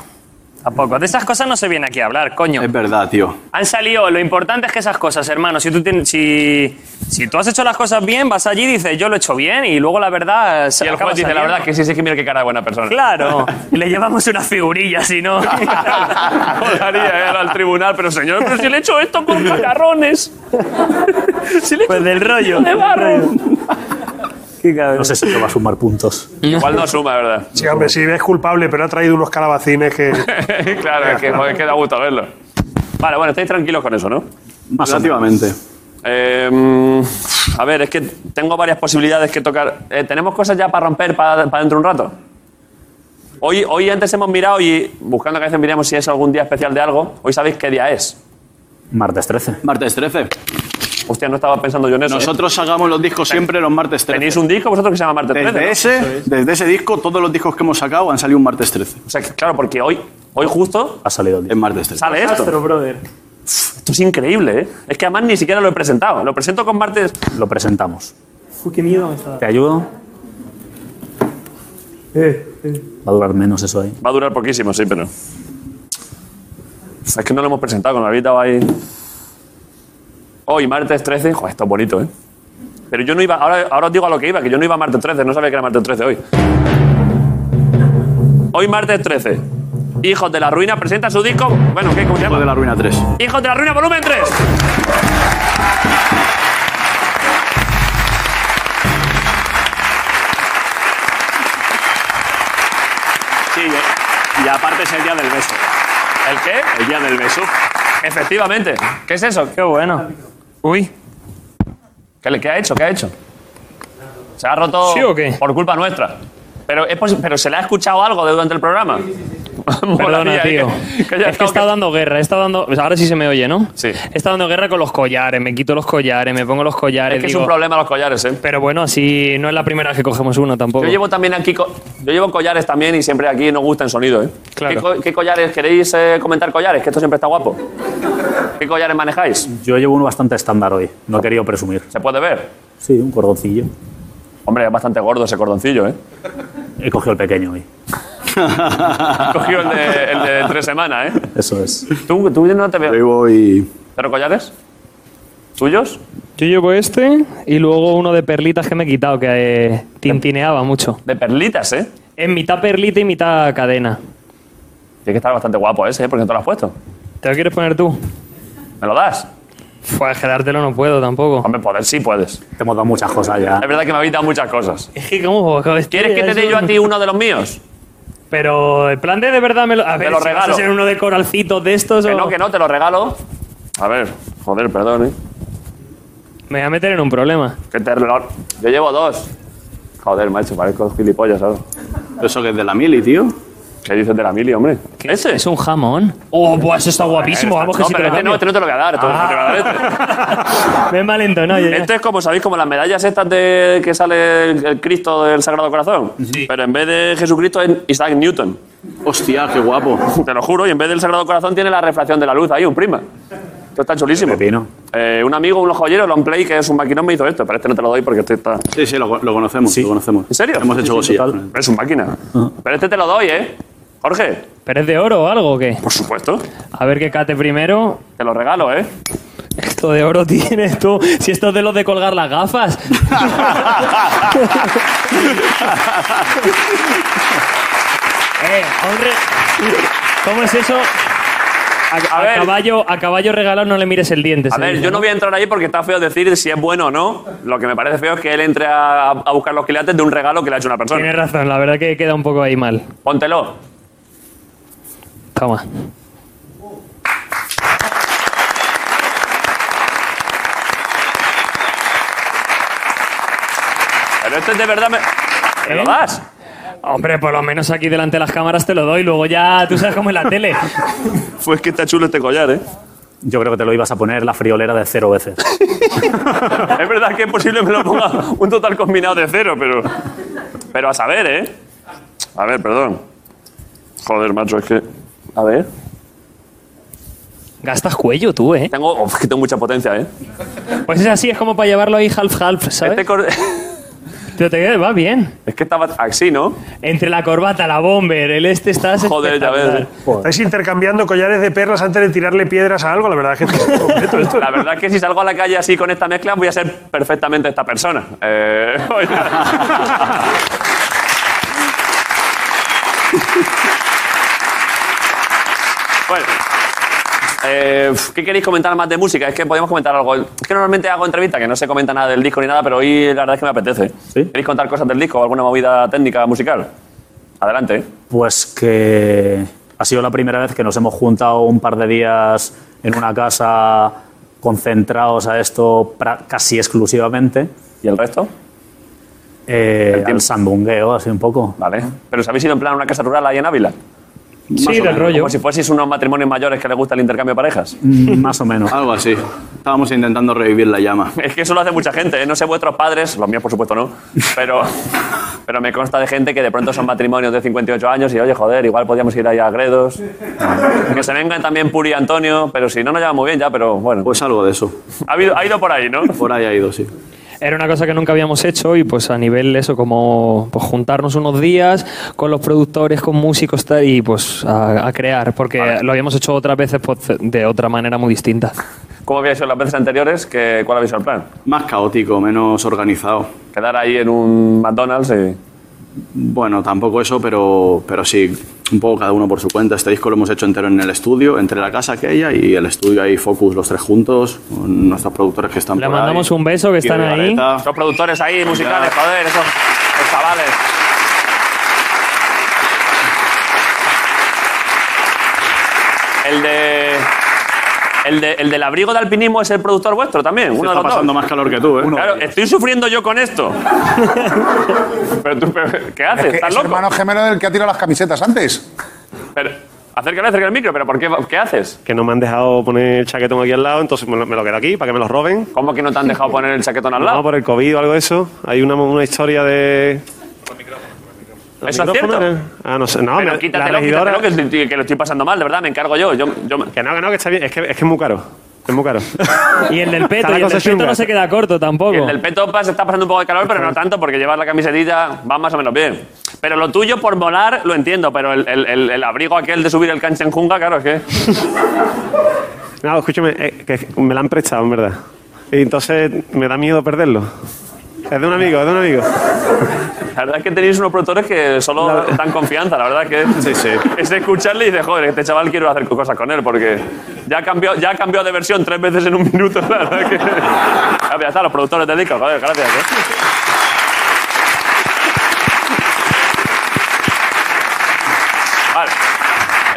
Speaker 5: tampoco. De esas cosas no se viene aquí a hablar, coño.
Speaker 1: Eh.
Speaker 8: Es verdad, tío.
Speaker 5: Han salido, lo importante es que esas cosas, hermano, si tú, tienes- si, si tú has hecho las cosas bien, vas allí y dices, yo lo he hecho bien, y luego la verdad...
Speaker 1: Y el juez dice, la verdad, que sí, sí, que mira qué cara de buena persona.
Speaker 5: Claro, y le llevamos una figurilla, si no...
Speaker 1: Molaría, eh, al tribunal, pero señor, pero si le he hecho esto con cagarrones. Si le he
Speaker 5: Pues
Speaker 1: hecho
Speaker 5: del rollo.
Speaker 1: de barro.
Speaker 5: Qué cabrón.
Speaker 6: No sé si eso va a sumar puntos.
Speaker 1: Igual no suma, ¿verdad?
Speaker 14: Sí, hombre, sí, es culpable, pero ha traído unos calabacines que.
Speaker 1: claro, es que, joder, que da gusto verlo. Vale, bueno, estáis tranquilos con eso, ¿no?
Speaker 8: Relativamente.
Speaker 1: Eh, mm, a ver, es que tengo varias posibilidades que tocar. Eh, ¿Tenemos cosas ya para romper para, para dentro de un rato? Hoy, hoy antes hemos mirado y buscando que a veces miramos si es algún día especial de algo. Hoy sabéis qué día es.
Speaker 6: Martes 13.
Speaker 8: Martes 13.
Speaker 1: Hostia, no estaba pensando yo en eso. ¿eh?
Speaker 8: Nosotros sacamos los discos siempre los martes 13.
Speaker 1: Tenéis un disco vosotros que se llama Martes 13.
Speaker 8: Desde
Speaker 1: ¿no?
Speaker 8: ese, desde ese disco, todos los discos que hemos sacado han salido un martes 13.
Speaker 1: O sea, que, claro, porque hoy, hoy justo
Speaker 6: Ha salido el
Speaker 8: En martes 13.
Speaker 1: sale esto.
Speaker 5: brother.
Speaker 1: Esto es increíble, ¿eh? Es que además ni siquiera lo he presentado. Lo presento con Martes.
Speaker 6: Lo presentamos.
Speaker 5: Uy, qué miedo me está dando.
Speaker 6: ¿Te ayudo?
Speaker 5: Eh,
Speaker 6: Va a durar menos eso ahí.
Speaker 1: Va a durar poquísimo, sí, pero. Es que no lo hemos presentado, con la vida va ahí. Hoy, martes 13. Joder, esto es bonito, ¿eh? Pero yo no iba. Ahora, ahora os digo a lo que iba, que yo no iba a martes 13, no sabía que era martes 13 hoy. Hoy, martes 13. Hijos de la Ruina presenta su disco. Bueno, ¿qué? ¿Cómo se
Speaker 8: Lo
Speaker 1: llama?
Speaker 8: de la ruina 3.
Speaker 1: Hijos de la Ruina, volumen 3.
Speaker 8: Sí, y aparte es el día del beso.
Speaker 1: ¿El qué?
Speaker 8: El día del beso.
Speaker 1: Efectivamente. ¿Qué es eso?
Speaker 5: Qué bueno. Uy.
Speaker 1: ¿Qué, le- qué ha hecho? ¿Qué ha hecho? ¿Se ha roto
Speaker 5: ¿Sí o qué?
Speaker 1: por culpa nuestra? Pero, es posi- pero se le ha escuchado algo de- durante el programa. Molaría, ¿eh?
Speaker 5: Perdona, tío.
Speaker 1: que- que haya
Speaker 5: es que he
Speaker 1: estado
Speaker 5: estado
Speaker 1: que-
Speaker 5: dando guerra. He estado dando... pues Ahora sí se me oye, ¿no?
Speaker 1: Sí.
Speaker 5: He estado dando guerra con los collares. Me quito los collares, me pongo los collares.
Speaker 1: Es que es
Speaker 5: digo-
Speaker 1: un problema los collares, ¿eh?
Speaker 5: Pero bueno, así no es la primera vez que cogemos uno tampoco.
Speaker 1: Yo llevo también aquí. co- Yo llevo collares también y siempre aquí nos gusta el sonido, ¿eh?
Speaker 5: Claro.
Speaker 1: ¿Qué, co- qué collares queréis eh, comentar collares? Que esto siempre está guapo. ¿Qué collares manejáis?
Speaker 6: Yo llevo uno bastante estándar hoy. No he querido presumir.
Speaker 1: ¿Se puede ver?
Speaker 6: Sí, un cordoncillo.
Speaker 1: Hombre, es bastante gordo ese cordoncillo, ¿eh?
Speaker 6: He cogido el pequeño hoy.
Speaker 1: Has cogido el de, el de tres semanas, ¿eh?
Speaker 15: Eso es.
Speaker 1: ¿Tú, tú no te veo.
Speaker 8: Yo voy.
Speaker 1: ¿Pero collares? ¿Tuyos?
Speaker 6: Yo llevo este y luego uno de perlitas que me he quitado, que eh, tintineaba mucho.
Speaker 1: De perlitas, ¿eh?
Speaker 6: Es mitad perlita y mitad cadena.
Speaker 1: Tiene que estar bastante guapo ese, ¿eh? Porque no te lo has puesto.
Speaker 6: ¿Te lo quieres poner tú?
Speaker 1: ¿Me lo das?
Speaker 6: Pues quedártelo no puedo tampoco.
Speaker 1: Hombre, poder sí puedes.
Speaker 15: Te hemos dado muchas cosas ya.
Speaker 1: Es verdad que me habéis dado muchas cosas.
Speaker 6: Es que, ¿cómo? ¿Quieres
Speaker 1: ¿Quieres que te dé yo a ti uno de los míos?
Speaker 6: Pero en plan de de verdad me lo. A
Speaker 1: Te
Speaker 6: ver,
Speaker 1: lo
Speaker 6: si vas a
Speaker 1: regalo.
Speaker 6: ser uno de coralcitos de estos
Speaker 1: Que
Speaker 6: o-
Speaker 1: no, que no, te lo regalo. A ver, joder, perdón, ¿eh?
Speaker 6: Me voy a meter en un problema.
Speaker 1: Que te lo- Yo llevo dos. Joder, macho, parezco gilipollas ahora.
Speaker 8: Eso que es de la mili, tío.
Speaker 1: ¿Qué dices de la mili, hombre? ¿Ese?
Speaker 6: Es un jamón. Oh, pues está guapísimo. Vamos que
Speaker 1: no,
Speaker 6: sí Ah. te
Speaker 1: pero
Speaker 6: lo
Speaker 1: este no,
Speaker 6: cambio.
Speaker 1: este no te lo voy a dar. te lo- te lo voy a dar este.
Speaker 6: Me he malentonado
Speaker 5: este
Speaker 6: yo ya.
Speaker 1: Esto es como, ¿sabéis? Como las medallas estas de que sale el, el Cristo del Sagrado Corazón. Pero en vez de Jesucristo es Isaac Newton.
Speaker 8: Hostia, qué guapo.
Speaker 1: Te lo juro. Y en vez del Sagrado Corazón tiene la refracción de la luz ahí, un prima. Esto está chulísimo.
Speaker 15: Pepino.
Speaker 1: Eh, un amigo, un joyero, Long Play, que es un maquinón, me hizo esto. Pero este no te lo doy porque este está...
Speaker 8: Sí, sí, lo, lo conocemos, lo conocemos.
Speaker 1: ¿En serio?
Speaker 8: Hemos hecho
Speaker 1: Sí, sí,
Speaker 8: cosillas.
Speaker 1: total. Es un máquina. Pero este te lo doy, ¿eh? Jorge,
Speaker 6: ¿Pero es de oro o algo o qué?
Speaker 1: por supuesto.
Speaker 6: A ver qué cate primero.
Speaker 1: Te lo regalo, ¿eh?
Speaker 6: Esto de oro tienes tú. Si esto es de los de colgar las gafas. eh, hombre. ¿Cómo es eso? A,
Speaker 1: A
Speaker 6: a
Speaker 1: ver.
Speaker 6: caballo, a caballo regalado no le mires el diente.
Speaker 1: A
Speaker 6: se
Speaker 1: ver,
Speaker 6: dice,
Speaker 1: yo no voy a entrar ahí porque está feo decir si es bueno o no. Lo que me parece feo es que él entre a, a buscar los quilates de un regalo que le ha hecho una persona.
Speaker 6: Tienes razón, la verdad que queda un poco ahí mal.
Speaker 1: Póntelo.
Speaker 6: Toma.
Speaker 1: Pero este de verdad me... ¿Me
Speaker 6: ¿Eh?
Speaker 1: lo das?
Speaker 6: Hombre, por lo menos aquí delante de las cámaras te lo doy, luego ya tú sabes cómo es la tele.
Speaker 1: Pues que está chulo este collar, ¿eh?
Speaker 15: Yo creo que te lo ibas a poner la friolera de cero veces.
Speaker 1: es verdad que es posible que me lo ponga un total combinado de cero, pero... Pero a saber, ¿eh? A ver, perdón. Joder, macho, es que... A ver...
Speaker 6: Gastas cuello tú, ¿eh?
Speaker 1: Tengo... Uf, que tengo mucha potencia, ¿eh?
Speaker 6: Pues es así, es como para llevarlo ahí half-half, ¿sabes?
Speaker 1: Este cor-
Speaker 6: Pero te queda- va bien.
Speaker 1: Es que estaba así, ¿no?
Speaker 6: Entre la corbata, la bomber, el este estás...
Speaker 1: Joder, ya
Speaker 6: espectacular.
Speaker 1: ves.
Speaker 16: Estáis intercambiando collares de perlas antes de tirarle piedras a algo, la verdad es que esto es completo, esto.
Speaker 1: La verdad es que si salgo a la calle así con esta mezcla, voy a ser perfectamente esta persona. Eh, oye. bueno. Eh, ¿Qué queréis comentar más de música? Es que podemos comentar algo. Es que normalmente hago entrevistas que no se comenta nada del disco ni nada, pero hoy la verdad es que me apetece. ¿Queréis contar cosas del disco? ¿Alguna movida técnica musical? Adelante.
Speaker 15: Pues que ha sido la primera vez que nos hemos juntado un par de días en una casa concentrados a esto pra- casi exclusivamente.
Speaker 1: ¿Y el resto?
Speaker 15: Eh,
Speaker 1: tiempo.
Speaker 15: al sandungueo, así un poco.
Speaker 1: Vale. ¿Pero os habéis ido en plan a una casa rural ahí en Ávila?
Speaker 6: Sí, del rollo.
Speaker 1: Como si fueseis unos matrimonios mayores que les gusta el intercambio de parejas.
Speaker 15: Mm, Más o menos.
Speaker 8: Algo así. Estábamos intentando revivir la llama.
Speaker 1: Es que eso lo hace mucha gente, ¿eh? no sé vuestros padres, los míos por supuesto no, pero, pero me consta de gente que de pronto son matrimonios de 58 años y oye, joder, igual podíamos ir ahí a Gredos. Que se vengan también Puri y Antonio, pero si no nos llevamos bien ya, pero bueno.
Speaker 8: Pues algo de eso.
Speaker 1: Ha, habido- ha ido por ahí, ¿no?
Speaker 8: Por ahí ha ido, sí.
Speaker 6: Era una cosa que nunca habíamos hecho y pues a nivel eso, como pues, juntarnos unos días con los productores, con músicos tal, y pues a, a crear, porque lo habíamos hecho otras veces pues, de otra manera muy distinta.
Speaker 1: ¿Cómo había sido las veces anteriores? que ¿Cuál había sido el plan?
Speaker 8: Más caótico, menos organizado.
Speaker 1: Quedar ahí en un McDonald's y...
Speaker 8: Bueno, tampoco eso, pero, pero sí, un poco cada uno por su cuenta. Este disco lo hemos hecho entero en el estudio, entre la casa aquella y el estudio ahí Focus, los tres juntos, con nuestros productores que están
Speaker 6: Le
Speaker 8: por ahí.
Speaker 6: mandamos un beso, que están
Speaker 8: Kiro
Speaker 6: ahí.
Speaker 8: Gareta.
Speaker 1: Esos productores ahí, musicales,
Speaker 8: Ya.
Speaker 1: joder, esos, esos chavales. El de, el de. El del abrigo de alpinismo es el productor vuestro también.
Speaker 3: Este
Speaker 8: Se
Speaker 1: Uno de
Speaker 8: está
Speaker 1: los
Speaker 8: pasando
Speaker 1: dos.
Speaker 8: más calor que tú, ¿eh?
Speaker 1: Claro, estoy sufriendo yo con esto. pero tú, pero, ¿qué haces?
Speaker 3: Es que
Speaker 1: ¿Estás
Speaker 3: es
Speaker 1: loco?
Speaker 3: hermano gemelo del que ha tirado las camisetas antes.
Speaker 1: Pero, acércale, acércale el micro, pero ¿por qué, qué haces?
Speaker 5: que no me han dejado poner el chaquetón aquí al lado, entonces me lo, me lo quedo aquí para que me lo roben.
Speaker 1: ¿Cómo que no te han dejado poner el chaquetón al
Speaker 5: No,
Speaker 1: lado?
Speaker 5: por el COVID o algo de eso. Hay una, una historia de. ¿Los
Speaker 1: ¿Eso es
Speaker 5: micrófonos
Speaker 1: cierto?
Speaker 5: eran? Ah, no sé. No,
Speaker 1: Pero
Speaker 5: me-
Speaker 1: quítatelo,
Speaker 5: la regidora.
Speaker 1: quítatelo, que, estoy- que lo estoy pasando mal, de verdad, me encargo yo. yo, yo me-
Speaker 5: Que no, que no, que está bien. Es que es, que es muy caro. Es muy caro.
Speaker 6: Y el del
Speaker 5: Está
Speaker 6: peto,
Speaker 5: la
Speaker 6: y el
Speaker 5: cosa
Speaker 6: del peto
Speaker 5: chunga.
Speaker 6: no se queda corto
Speaker 1: Y
Speaker 6: tampoco.
Speaker 1: el del Petopa se está pasando un poco de calor, pero no tanto, porque llevas la camisetita, va más o menos bien. Pero lo tuyo por molar lo entiendo, pero el, el- el- el abrigo aquel de subir el cancha en Junga, claro, es que.
Speaker 17: No, escúchame, eh, que me la han prestado, en verdad. Y entonces me da miedo perderlo. Es de un amigo, es de un amigo.
Speaker 1: La verdad es que tenéis unos productores que solo dan confianza, la verdad que. Sí, sí. Es escucharle y dices, joder, este chaval quiero hacer cosas con él, porque ya cambió, ya cambió de versión tres veces en un minuto, la verdad que. Ya, ya está, los productores de Dico, joder, gracias. ¿eh? Vale.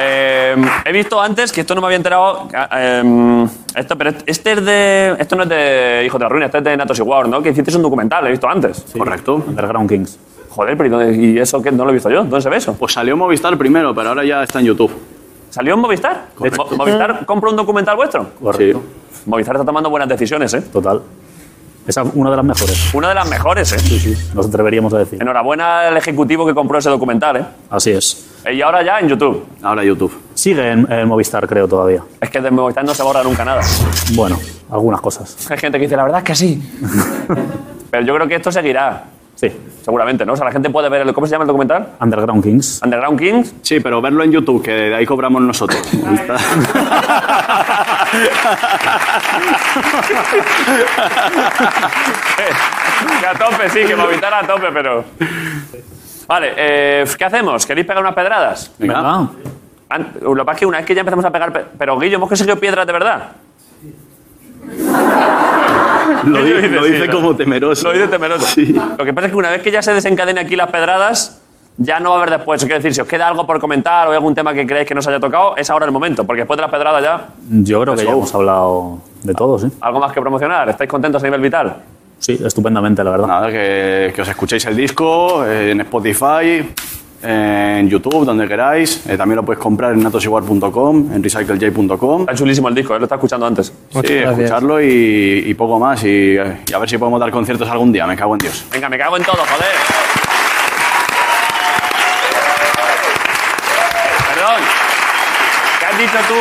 Speaker 1: Eh, he visto antes que esto no me había enterado. ah, eh, esto, pero este es de. Esto no es de Hijo de la Ruina, este es de Natos y War, ¿no? Que hicisteis un documental, he visto antes.
Speaker 8: Correcto.
Speaker 6: Underground Kings.
Speaker 1: Joder, pero ¿y dónde- ¿y eso qué? No lo he visto yo. ¿Dónde se ve eso?
Speaker 8: Pues salió en Movistar primero, pero ahora ya está en YouTube.
Speaker 1: ¿Salió en Movistar? De hecho, ¿Movistar compra un documental vuestro?
Speaker 8: Correcto.
Speaker 1: Movistar está tomando buenas decisiones, ¿eh?
Speaker 6: Total. Esa es una de las mejores.
Speaker 1: Una de las mejores, ¿eh?
Speaker 6: Sí, sí. Nos atreveríamos a decir.
Speaker 1: Enhorabuena al ejecutivo que compró ese documental, ¿eh?
Speaker 6: Así es.
Speaker 1: Y ahora ya en YouTube.
Speaker 8: Ahora YouTube.
Speaker 6: Sigue en, en Movistar, creo, todavía.
Speaker 1: Es que de Movistar no se borra nunca nada.
Speaker 6: Bueno, algunas cosas.
Speaker 1: Hay gente que dice, la verdad es que sí. Pero yo creo que esto seguirá.
Speaker 6: Sí.
Speaker 1: Seguramente, ¿no? O sea, la gente puede ver... El, ¿Cómo se llama el documental?
Speaker 6: Underground Kings.
Speaker 1: ¿Underground Kings?
Speaker 8: Sí, pero verlo en YouTube, que de ahí cobramos nosotros.
Speaker 1: Que a tope, sí, que Movistar a tope, pero... Vale, eh, ¿qué hacemos? ¿Queréis pegar unas pedradas?
Speaker 6: Venga.
Speaker 1: An- Lo que pasa es que una vez que ya empezamos a pegar... pe- Pero, Guillo, ¿hemos conseguido piedras de verdad?
Speaker 8: Lo, di-
Speaker 1: dices,
Speaker 8: lo
Speaker 1: sí,
Speaker 8: dice
Speaker 1: ¿no?
Speaker 8: como temeroso.
Speaker 1: Lo dice temeroso. Lo que pasa es que una vez que ya se desencadenen aquí las pedradas, ya no va a haber después. Quiero decir, si os queda algo por comentar o hay algún tema que creéis que nos haya tocado, es ahora el momento, porque después de las pedradas ya...
Speaker 6: Yo creo que ya hemos hablado de todo, sí.
Speaker 1: ¿Algo más que promocionar? ¿Estáis contentos a nivel vital?
Speaker 6: Sí, estupendamente, la verdad.
Speaker 8: Nada, que, que os escuchéis el disco eh, en Spotify, en YouTube, donde queráis. Eh, también lo podéis comprar en natosiguar.com, en recyclej.com.
Speaker 1: Está chulísimo el disco, eh, lo está escuchando antes.
Speaker 8: Sí,
Speaker 1: gracias.
Speaker 8: escucharlo y, y poco más. Y, eh, y a ver si podemos dar conciertos algún día, me cago en Dios.
Speaker 1: Venga, me cago en todo, joder. Perdón. ¿Qué has dicho tú?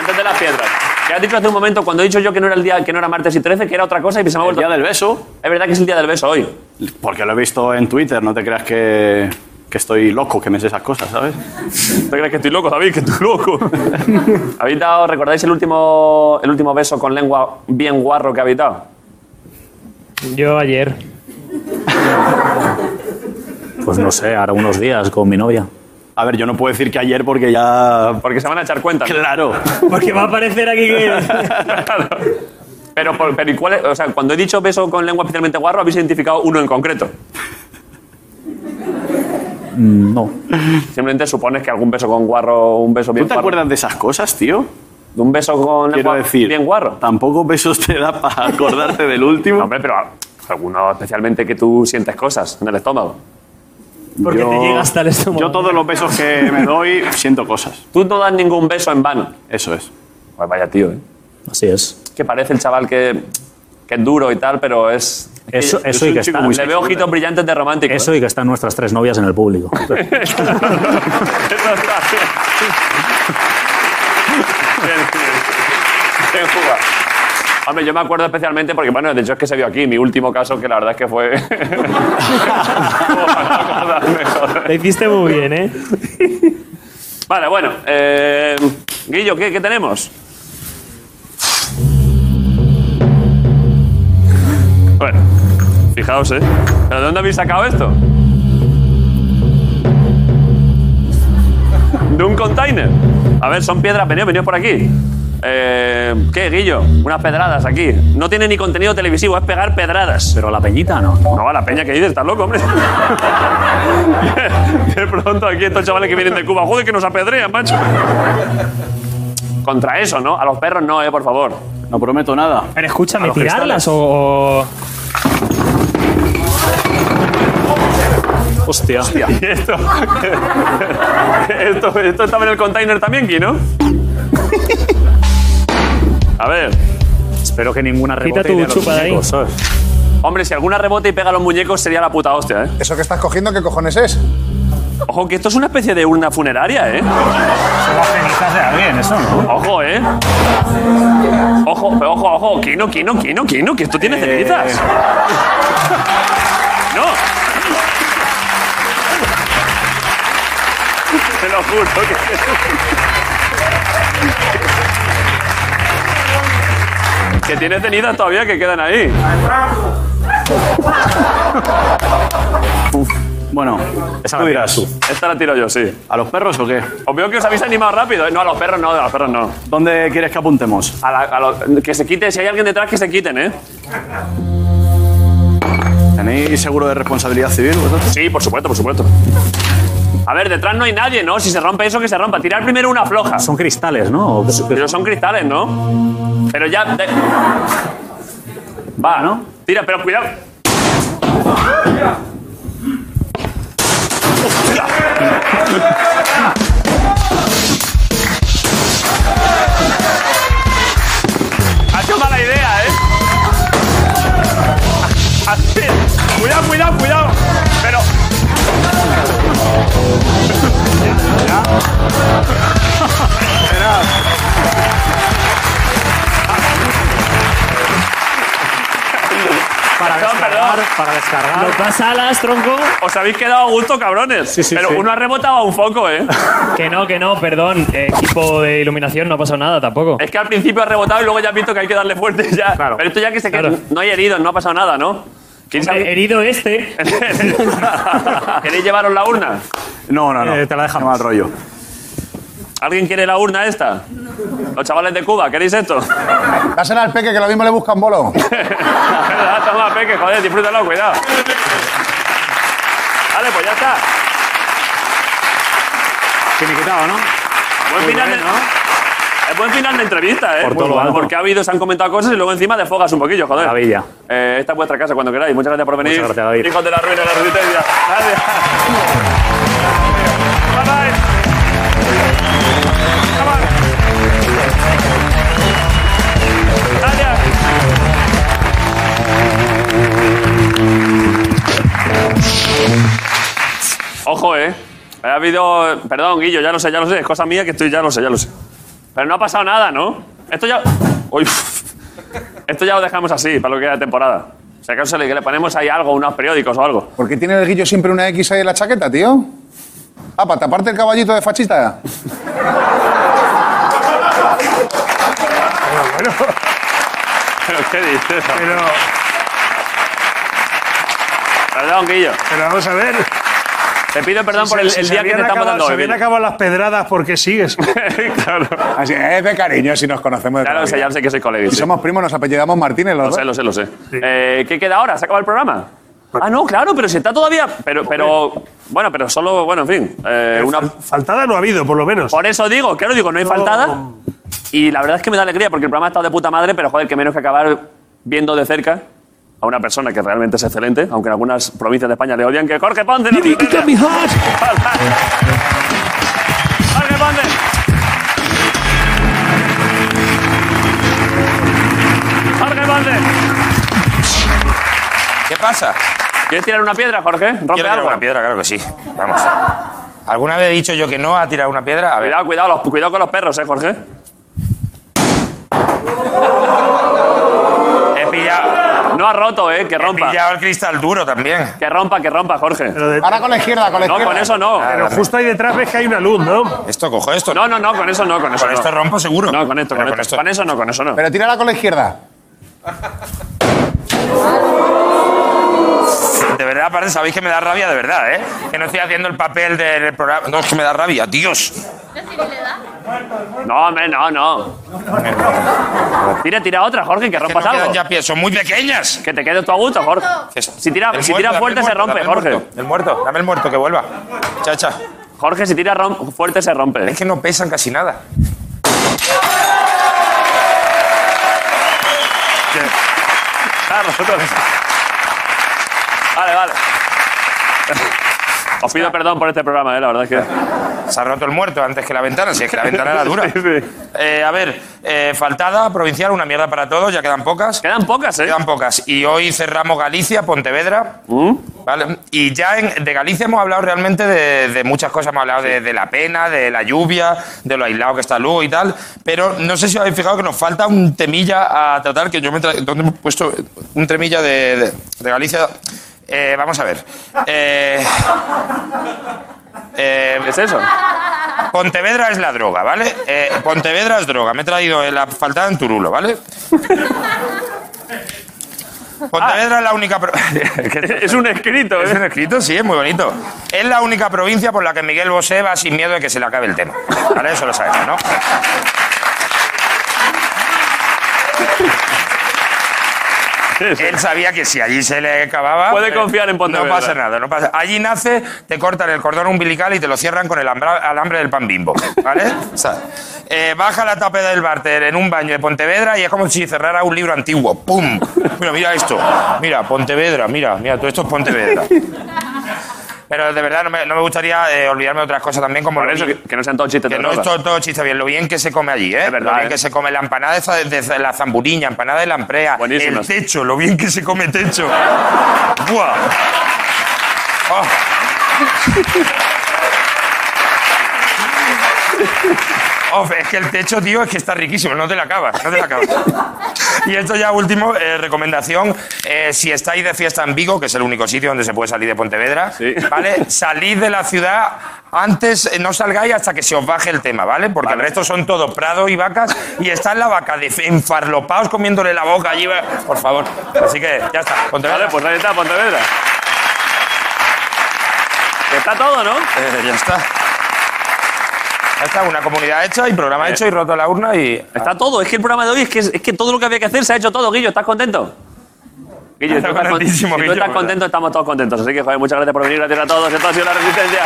Speaker 1: Antes de las piedras. ¿Qué has dicho hace un momento cuando he dicho yo que no era el día, que no era martes y 13, que era otra cosa y se me ha vuelto. El día
Speaker 8: del beso.
Speaker 1: Es verdad que es el día del beso hoy.
Speaker 8: Porque lo he visto en Twitter, no te creas que, que estoy loco, que me sé esas cosas, ¿sabes?
Speaker 1: ¿Te crees que estoy loco, David? Que estoy loco. ¿Habéis dado, recordáis el último, el último beso con lengua bien guarro que habéis dado?
Speaker 11: Yo ayer.
Speaker 6: Pues no sé, ahora unos días con mi novia.
Speaker 8: A ver, yo no puedo decir que ayer porque ya...
Speaker 1: Porque se van a echar cuenta.
Speaker 8: Claro.
Speaker 11: Porque va a aparecer aquí que.
Speaker 1: Pero, por- pero ¿y cuál es? O sea, cuando he dicho beso con lengua especialmente guarro, habéis identificado uno en concreto.
Speaker 6: Mm, No.
Speaker 1: Simplemente supones que algún beso con guarro, un beso bien
Speaker 8: ¿Tú te
Speaker 1: guarro.
Speaker 8: acuerdas de esas cosas, tío?
Speaker 1: De un beso con
Speaker 8: Quiero
Speaker 1: lengua
Speaker 8: decir,
Speaker 1: bien guarro.
Speaker 8: tampoco besos te da para acordarte del último.
Speaker 1: hombre, pero ah, alguno especialmente que tú sientes cosas en el estómago.
Speaker 11: Porque te llega hasta el estómago.
Speaker 8: Yo todos los besos que me doy siento cosas.
Speaker 1: Tú no das ningún beso en vano.
Speaker 8: Eso es.
Speaker 1: Pues vaya tío, ¿eh?
Speaker 6: Así es.
Speaker 1: Que parece el chaval que, que es duro y tal, pero es...
Speaker 6: Eso-
Speaker 1: que-
Speaker 6: eso y
Speaker 1: es un
Speaker 6: que
Speaker 1: chico
Speaker 6: está-
Speaker 1: muy
Speaker 6: le
Speaker 1: Le
Speaker 6: veo
Speaker 1: veo ojitos brillantes de romántico. ¿eh?
Speaker 6: Eso y que están nuestras tres novias en el público.
Speaker 1: Eso está bien. Bien, bien. Bien jugado. Hombre, yo me acuerdo especialmente porque, bueno, de hecho es que se vio aquí mi último caso, que la verdad es que fue.
Speaker 11: Lo hiciste muy bien, ¿eh?
Speaker 1: vale, bueno. eh, Guillo, ¿qué, qué tenemos? Bueno, fijaos, ¿eh? ¿Pero de dónde habéis sacado esto? De un container. A ver, son piedras. Venid, venid por aquí. Eh, ¿Qué, Guillo? Unas pedradas aquí. No tiene ni contenido televisivo, es pegar pedradas.
Speaker 6: Pero a la peñita no.
Speaker 1: No, a la peña que dices, estás loco, hombre. de pronto aquí estos chavales que vienen de Cuba, joder, que nos apedrean, macho. Contra eso, ¿no? A los perros no, eh, por favor.
Speaker 8: No prometo nada.
Speaker 11: Pero
Speaker 1: A
Speaker 11: escúchame,
Speaker 1: los
Speaker 11: tirarlas o. o-
Speaker 6: Hostia.
Speaker 1: ¿Y esto? esto? Esto estaba en el container también, aquí, ¿no? A ver.
Speaker 6: Espero que ninguna rebote.
Speaker 11: Quita tu
Speaker 6: y dé a los
Speaker 11: chupa de ahí.
Speaker 6: muñecos, ¿sabes?
Speaker 1: Hombre, si alguna rebota y pega a los muñecos sería la puta hostia, ¿eh?
Speaker 3: ¿Eso que estás cogiendo qué cojones es?
Speaker 1: Ojo, que esto es una especie de urna funeraria, ¿eh?
Speaker 6: Bien, eso no.
Speaker 1: Ojo, ¿eh? Ojo, ojo, ojo. Kino, Kino, Kino,
Speaker 7: Eh.
Speaker 1: Kino, que esto tiene cenizas. No. juro que... Que tiene cenizas todavía que quedan ahí.
Speaker 7: Bueno,
Speaker 1: esa la dirás tú. Esta la tiro yo, sí.
Speaker 7: ¿A los perros o qué?
Speaker 1: Os veo que os habéis animado rápido. ¿eh? No, a los perros no, a los perros no.
Speaker 7: ¿Dónde quieres que apuntemos?
Speaker 1: A la- a los- que se quiten, si hay alguien detrás, que se quiten, ¿eh?
Speaker 7: ¿Tenéis seguro de responsabilidad civil vosotros?
Speaker 1: Sí, por supuesto, por supuesto. A ver, detrás no hay nadie, ¿no? Si se rompe eso, que se rompa. Tirar primero una floja.
Speaker 6: Son cristales, ¿no?
Speaker 1: Pero son cristales, ¿no? Pero ya. de- Va, ¿no? Tira, pero cuidado. Ha sido mala idea, ¿eh? Así. Cuidado, cuidado, cuidado. Pero.
Speaker 6: Para descargar, para descargar.
Speaker 1: alas, tronco. Os habéis quedado a gusto, cabrones. pero uno ha rebotado a un foco, ¿eh?
Speaker 11: Que no, que no, perdón. Eh, equipo de iluminación no ha pasado nada tampoco.
Speaker 1: Es que al principio ha rebotado y luego ya has visto que hay que darle fuerte ya. Pero esto ya que se queda. No hay heridos, no ha pasado nada, ¿no?
Speaker 6: Eh,
Speaker 11: herido este.
Speaker 1: ¿Queréis llevaros la urna?
Speaker 7: No, no, no. Eh, te la dejamos al rollo.
Speaker 1: ¿Alguien quiere la urna esta? Los chavales de Cuba, ¿queréis esto?
Speaker 3: Dásela al peque que lo mismo le buscan bolo.
Speaker 1: Verdad, Toma, Peque, joder, disfrútalo, cuidado. Vale, pues ya está.
Speaker 6: Finiquitado, ¿no?
Speaker 1: Buen final, de, Es buen final de entrevista, ¿eh?
Speaker 6: Por
Speaker 1: Muy
Speaker 6: todo lo
Speaker 1: bueno,
Speaker 6: alto.
Speaker 1: Porque ha habido, se han comentado cosas y luego encima desfogas un poquillo, joder.
Speaker 6: Maravilla.
Speaker 1: Eh, esta es vuestra casa cuando queráis. Muchas gracias por venir.
Speaker 6: Muchas gracias, David.
Speaker 1: Hijos de la ruina de la resistencia. Gracias. Ojo, eh. Ha habido. Perdón, Guillo, ya lo sé, ya lo sé. Es cosa mía que estoy, ya lo sé, ya lo sé. Pero no ha pasado nada, ¿no? Esto ya. Uy, esto ya lo dejamos así, para lo que queda de temporada. Si acaso le, que le ponemos ahí algo, unos periódicos o algo.
Speaker 3: ¿Por qué tiene el guillo siempre una X ahí en la chaqueta, tío? Ah, para taparte el caballito de fachita.
Speaker 1: ¿Pero qué dices? Pero... Perdón, Guillo.
Speaker 5: Pero vamos a ver.
Speaker 1: Te pido perdón
Speaker 5: Si
Speaker 1: por
Speaker 5: se-
Speaker 1: el,
Speaker 5: si
Speaker 1: el
Speaker 5: se
Speaker 1: día que
Speaker 5: habían
Speaker 1: te estamos
Speaker 5: acabado-
Speaker 1: dando
Speaker 5: Se
Speaker 1: hoy.
Speaker 5: habían
Speaker 1: Guillo.
Speaker 5: acabado las pedradas porque sigues.
Speaker 1: claro.
Speaker 3: Así es de cariño si nos conocemos.
Speaker 1: Ya lo sé, ya lo sé que soy colega.
Speaker 3: Y somos primos, nos apellidamos Martínez los
Speaker 1: Lo sé,
Speaker 3: dos.
Speaker 1: lo sé, lo sé. Eh, ¿Qué queda ahora? ¿Se acaba el programa? Ah, no, claro, pero si está todavía. Pero, pero. Bueno, pero solo. Bueno, en fin. eh, una...
Speaker 5: Faltada no ha habido, por lo menos.
Speaker 1: Por eso digo, claro, digo, no hay faltada.
Speaker 2: Oh.
Speaker 1: Y la verdad es que me da alegría porque el programa ha estado de puta madre, pero joder, que menos que acabar viendo de cerca a una persona que realmente es excelente, aunque en algunas provincias de España le odian, que Jorge Ponce. ¿no? Jorge Ponce. Jorge Ponce.
Speaker 2: ¿Qué pasa?
Speaker 1: ¿Quieres tirar una piedra, Jorge? ¿Rompe
Speaker 2: Quiero tirar
Speaker 1: algo?
Speaker 2: una piedra, claro que sí. Vamos. ¿Alguna vez he dicho yo que no a tirar una piedra? A ver.
Speaker 1: Cuidado, cuidado, los- cuidado con los perros, ¿eh, Jorge?
Speaker 2: He pillado.
Speaker 1: No ha roto, ¿eh? Que rompa.
Speaker 2: He pillado el cristal duro también.
Speaker 1: Que rompa, que rompa, Jorge.
Speaker 3: Ahora con la izquierda, con la
Speaker 1: No,
Speaker 3: izquierda.
Speaker 1: con eso no.
Speaker 2: Pero justo
Speaker 5: ahí detrás ves que hay una luz, ¿no?
Speaker 2: Esto, cojo esto.
Speaker 1: No, no, no, con eso no, con eso
Speaker 2: Con
Speaker 1: no.
Speaker 2: esto rompo seguro.
Speaker 1: No, con esto, con, esto. Con eso no, con eso no.
Speaker 3: Pero tírala con la izquierda.
Speaker 2: De verdad, aparte, sabéis que me da rabia, de verdad, ¿eh? Que no estoy haciendo el papel del programa. No, es que me da rabia, Dios.
Speaker 1: No, hombre, no, no. Tira, tira otra, Jorge, que rompas
Speaker 2: no
Speaker 1: algo.
Speaker 2: quedan ya pies, son muy pequeñas.
Speaker 1: Que te quede tu a gusto, Jorge. Si, tira,
Speaker 2: El
Speaker 1: si
Speaker 2: muerto,
Speaker 1: tiras
Speaker 2: dame
Speaker 1: fuerte
Speaker 2: el
Speaker 1: se
Speaker 2: muerto,
Speaker 1: rompe,
Speaker 2: dame el
Speaker 1: Jorge.
Speaker 2: muerto, El muerto, dame el muerto, que vuelva. Chacha.
Speaker 1: Jorge, si tiras rom- fuerte se rompe.
Speaker 2: Es que no pesan casi nada.
Speaker 1: Claro, nosotros- Vale, vale. Os pido perdón por este programa, eh, la verdad es que.
Speaker 2: Se ha roto el muerto antes que la ventana, si es que la ventana era dura. Eh, a ver, eh, faltada, provincial, una mierda para todos, ya quedan pocas.
Speaker 1: Quedan pocas, ¿eh?
Speaker 2: Quedan pocas. Y hoy cerramos Galicia, Pontevedra. ¿Vale? Y ya en- de Galicia hemos hablado realmente de, de muchas cosas. Hemos hablado de, de la pena, de la lluvia, de lo aislado que está Lugo y tal. Pero no sé si os habéis fijado que nos falta un temilla a tratar, que yo me tra- ¿Dónde hemos puesto un temilla de, de- de Galicia? Eh, vamos a ver. Eh, eh,
Speaker 1: ¿Qué es eso?
Speaker 2: Pontevedra es la droga, ¿vale? Eh, Pontevedra es droga. Me he traído el faltada en Turulo, ¿vale? Pontevedra es la única. pro- es un escrito,
Speaker 1: eh.
Speaker 2: Es un escrito, sí, es muy bonito. Es la única provincia por la que Miguel Bosé va sin miedo de que se le acabe el tema. ¿Vale? Eso lo sabemos, ¿no? Él sabía que si allí se le acababa.
Speaker 1: Puede
Speaker 2: eh,
Speaker 1: confiar en Pontevedra.
Speaker 2: No pasa nada, no pasa Allí nace, te cortan el cordón umbilical y te lo cierran con el ambra- alambre del pan bimbo. ¿Vale? O sea, eh, baja la tapeda del barter en un baño de Pontevedra y es como si cerrara un libro antiguo. ¡Pum! Mira, mira esto. Mira, Pontevedra, mira, mira, todo esto es Pontevedra. Pero de verdad no me, no me gustaría eh, olvidarme de otras cosas también, como lo bien-
Speaker 1: Que no sean todos chistes
Speaker 2: que
Speaker 1: de
Speaker 2: no es
Speaker 1: droga.
Speaker 2: todo, todo chiste bien, lo bien que se come allí, ¿eh?
Speaker 1: verdad,
Speaker 2: lo bien
Speaker 1: ¿eh?
Speaker 2: que se come la empanada esa de, de la zamburiña, empanada de la amprea, el techo, lo bien que se come techo. ¡Buah! Oh. Oh, es que el techo, tío, es que está riquísimo, no te la acabas, no te la acabas. Y esto ya último, eh, recomendación, eh, si estáis de fiesta en Vigo, que es el único sitio donde se puede salir de Pontevedra, ¿vale? Salid de la ciudad antes, eh, no salgáis hasta que se os baje el tema, ¿vale? Porque el resto son todos prados y vacas y está la vaca de enfarlopaos comiéndole la boca allí, va- por favor. Así que ya está, Pontevedra. Vale, pues ahí está, Pontevedra. Está todo, ¿no? ya está. Ya está, una comunidad hecha y programa hecho y roto la urna y...
Speaker 1: Está todo, es que el programa de hoy es que, es que todo lo que había que hacer se ha hecho todo, Guillo, ¿estás contento? Guillo,
Speaker 2: Está
Speaker 1: tú estás, con- si
Speaker 2: contentísimo,
Speaker 1: tú
Speaker 2: Guillo,
Speaker 1: estás
Speaker 2: ¿verdad?
Speaker 1: contento, estamos todos contentos. Así que, joder, muchas gracias por venir, gracias a todos, esto ha sido La Resistencia.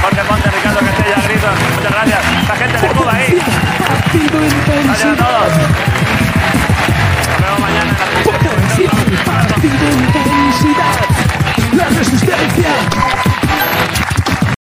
Speaker 1: Jorge Ponte, Ricardo Castella, Grison, muchas gracias. La gente de Cuba ahí. Gracias a todos.
Speaker 6: é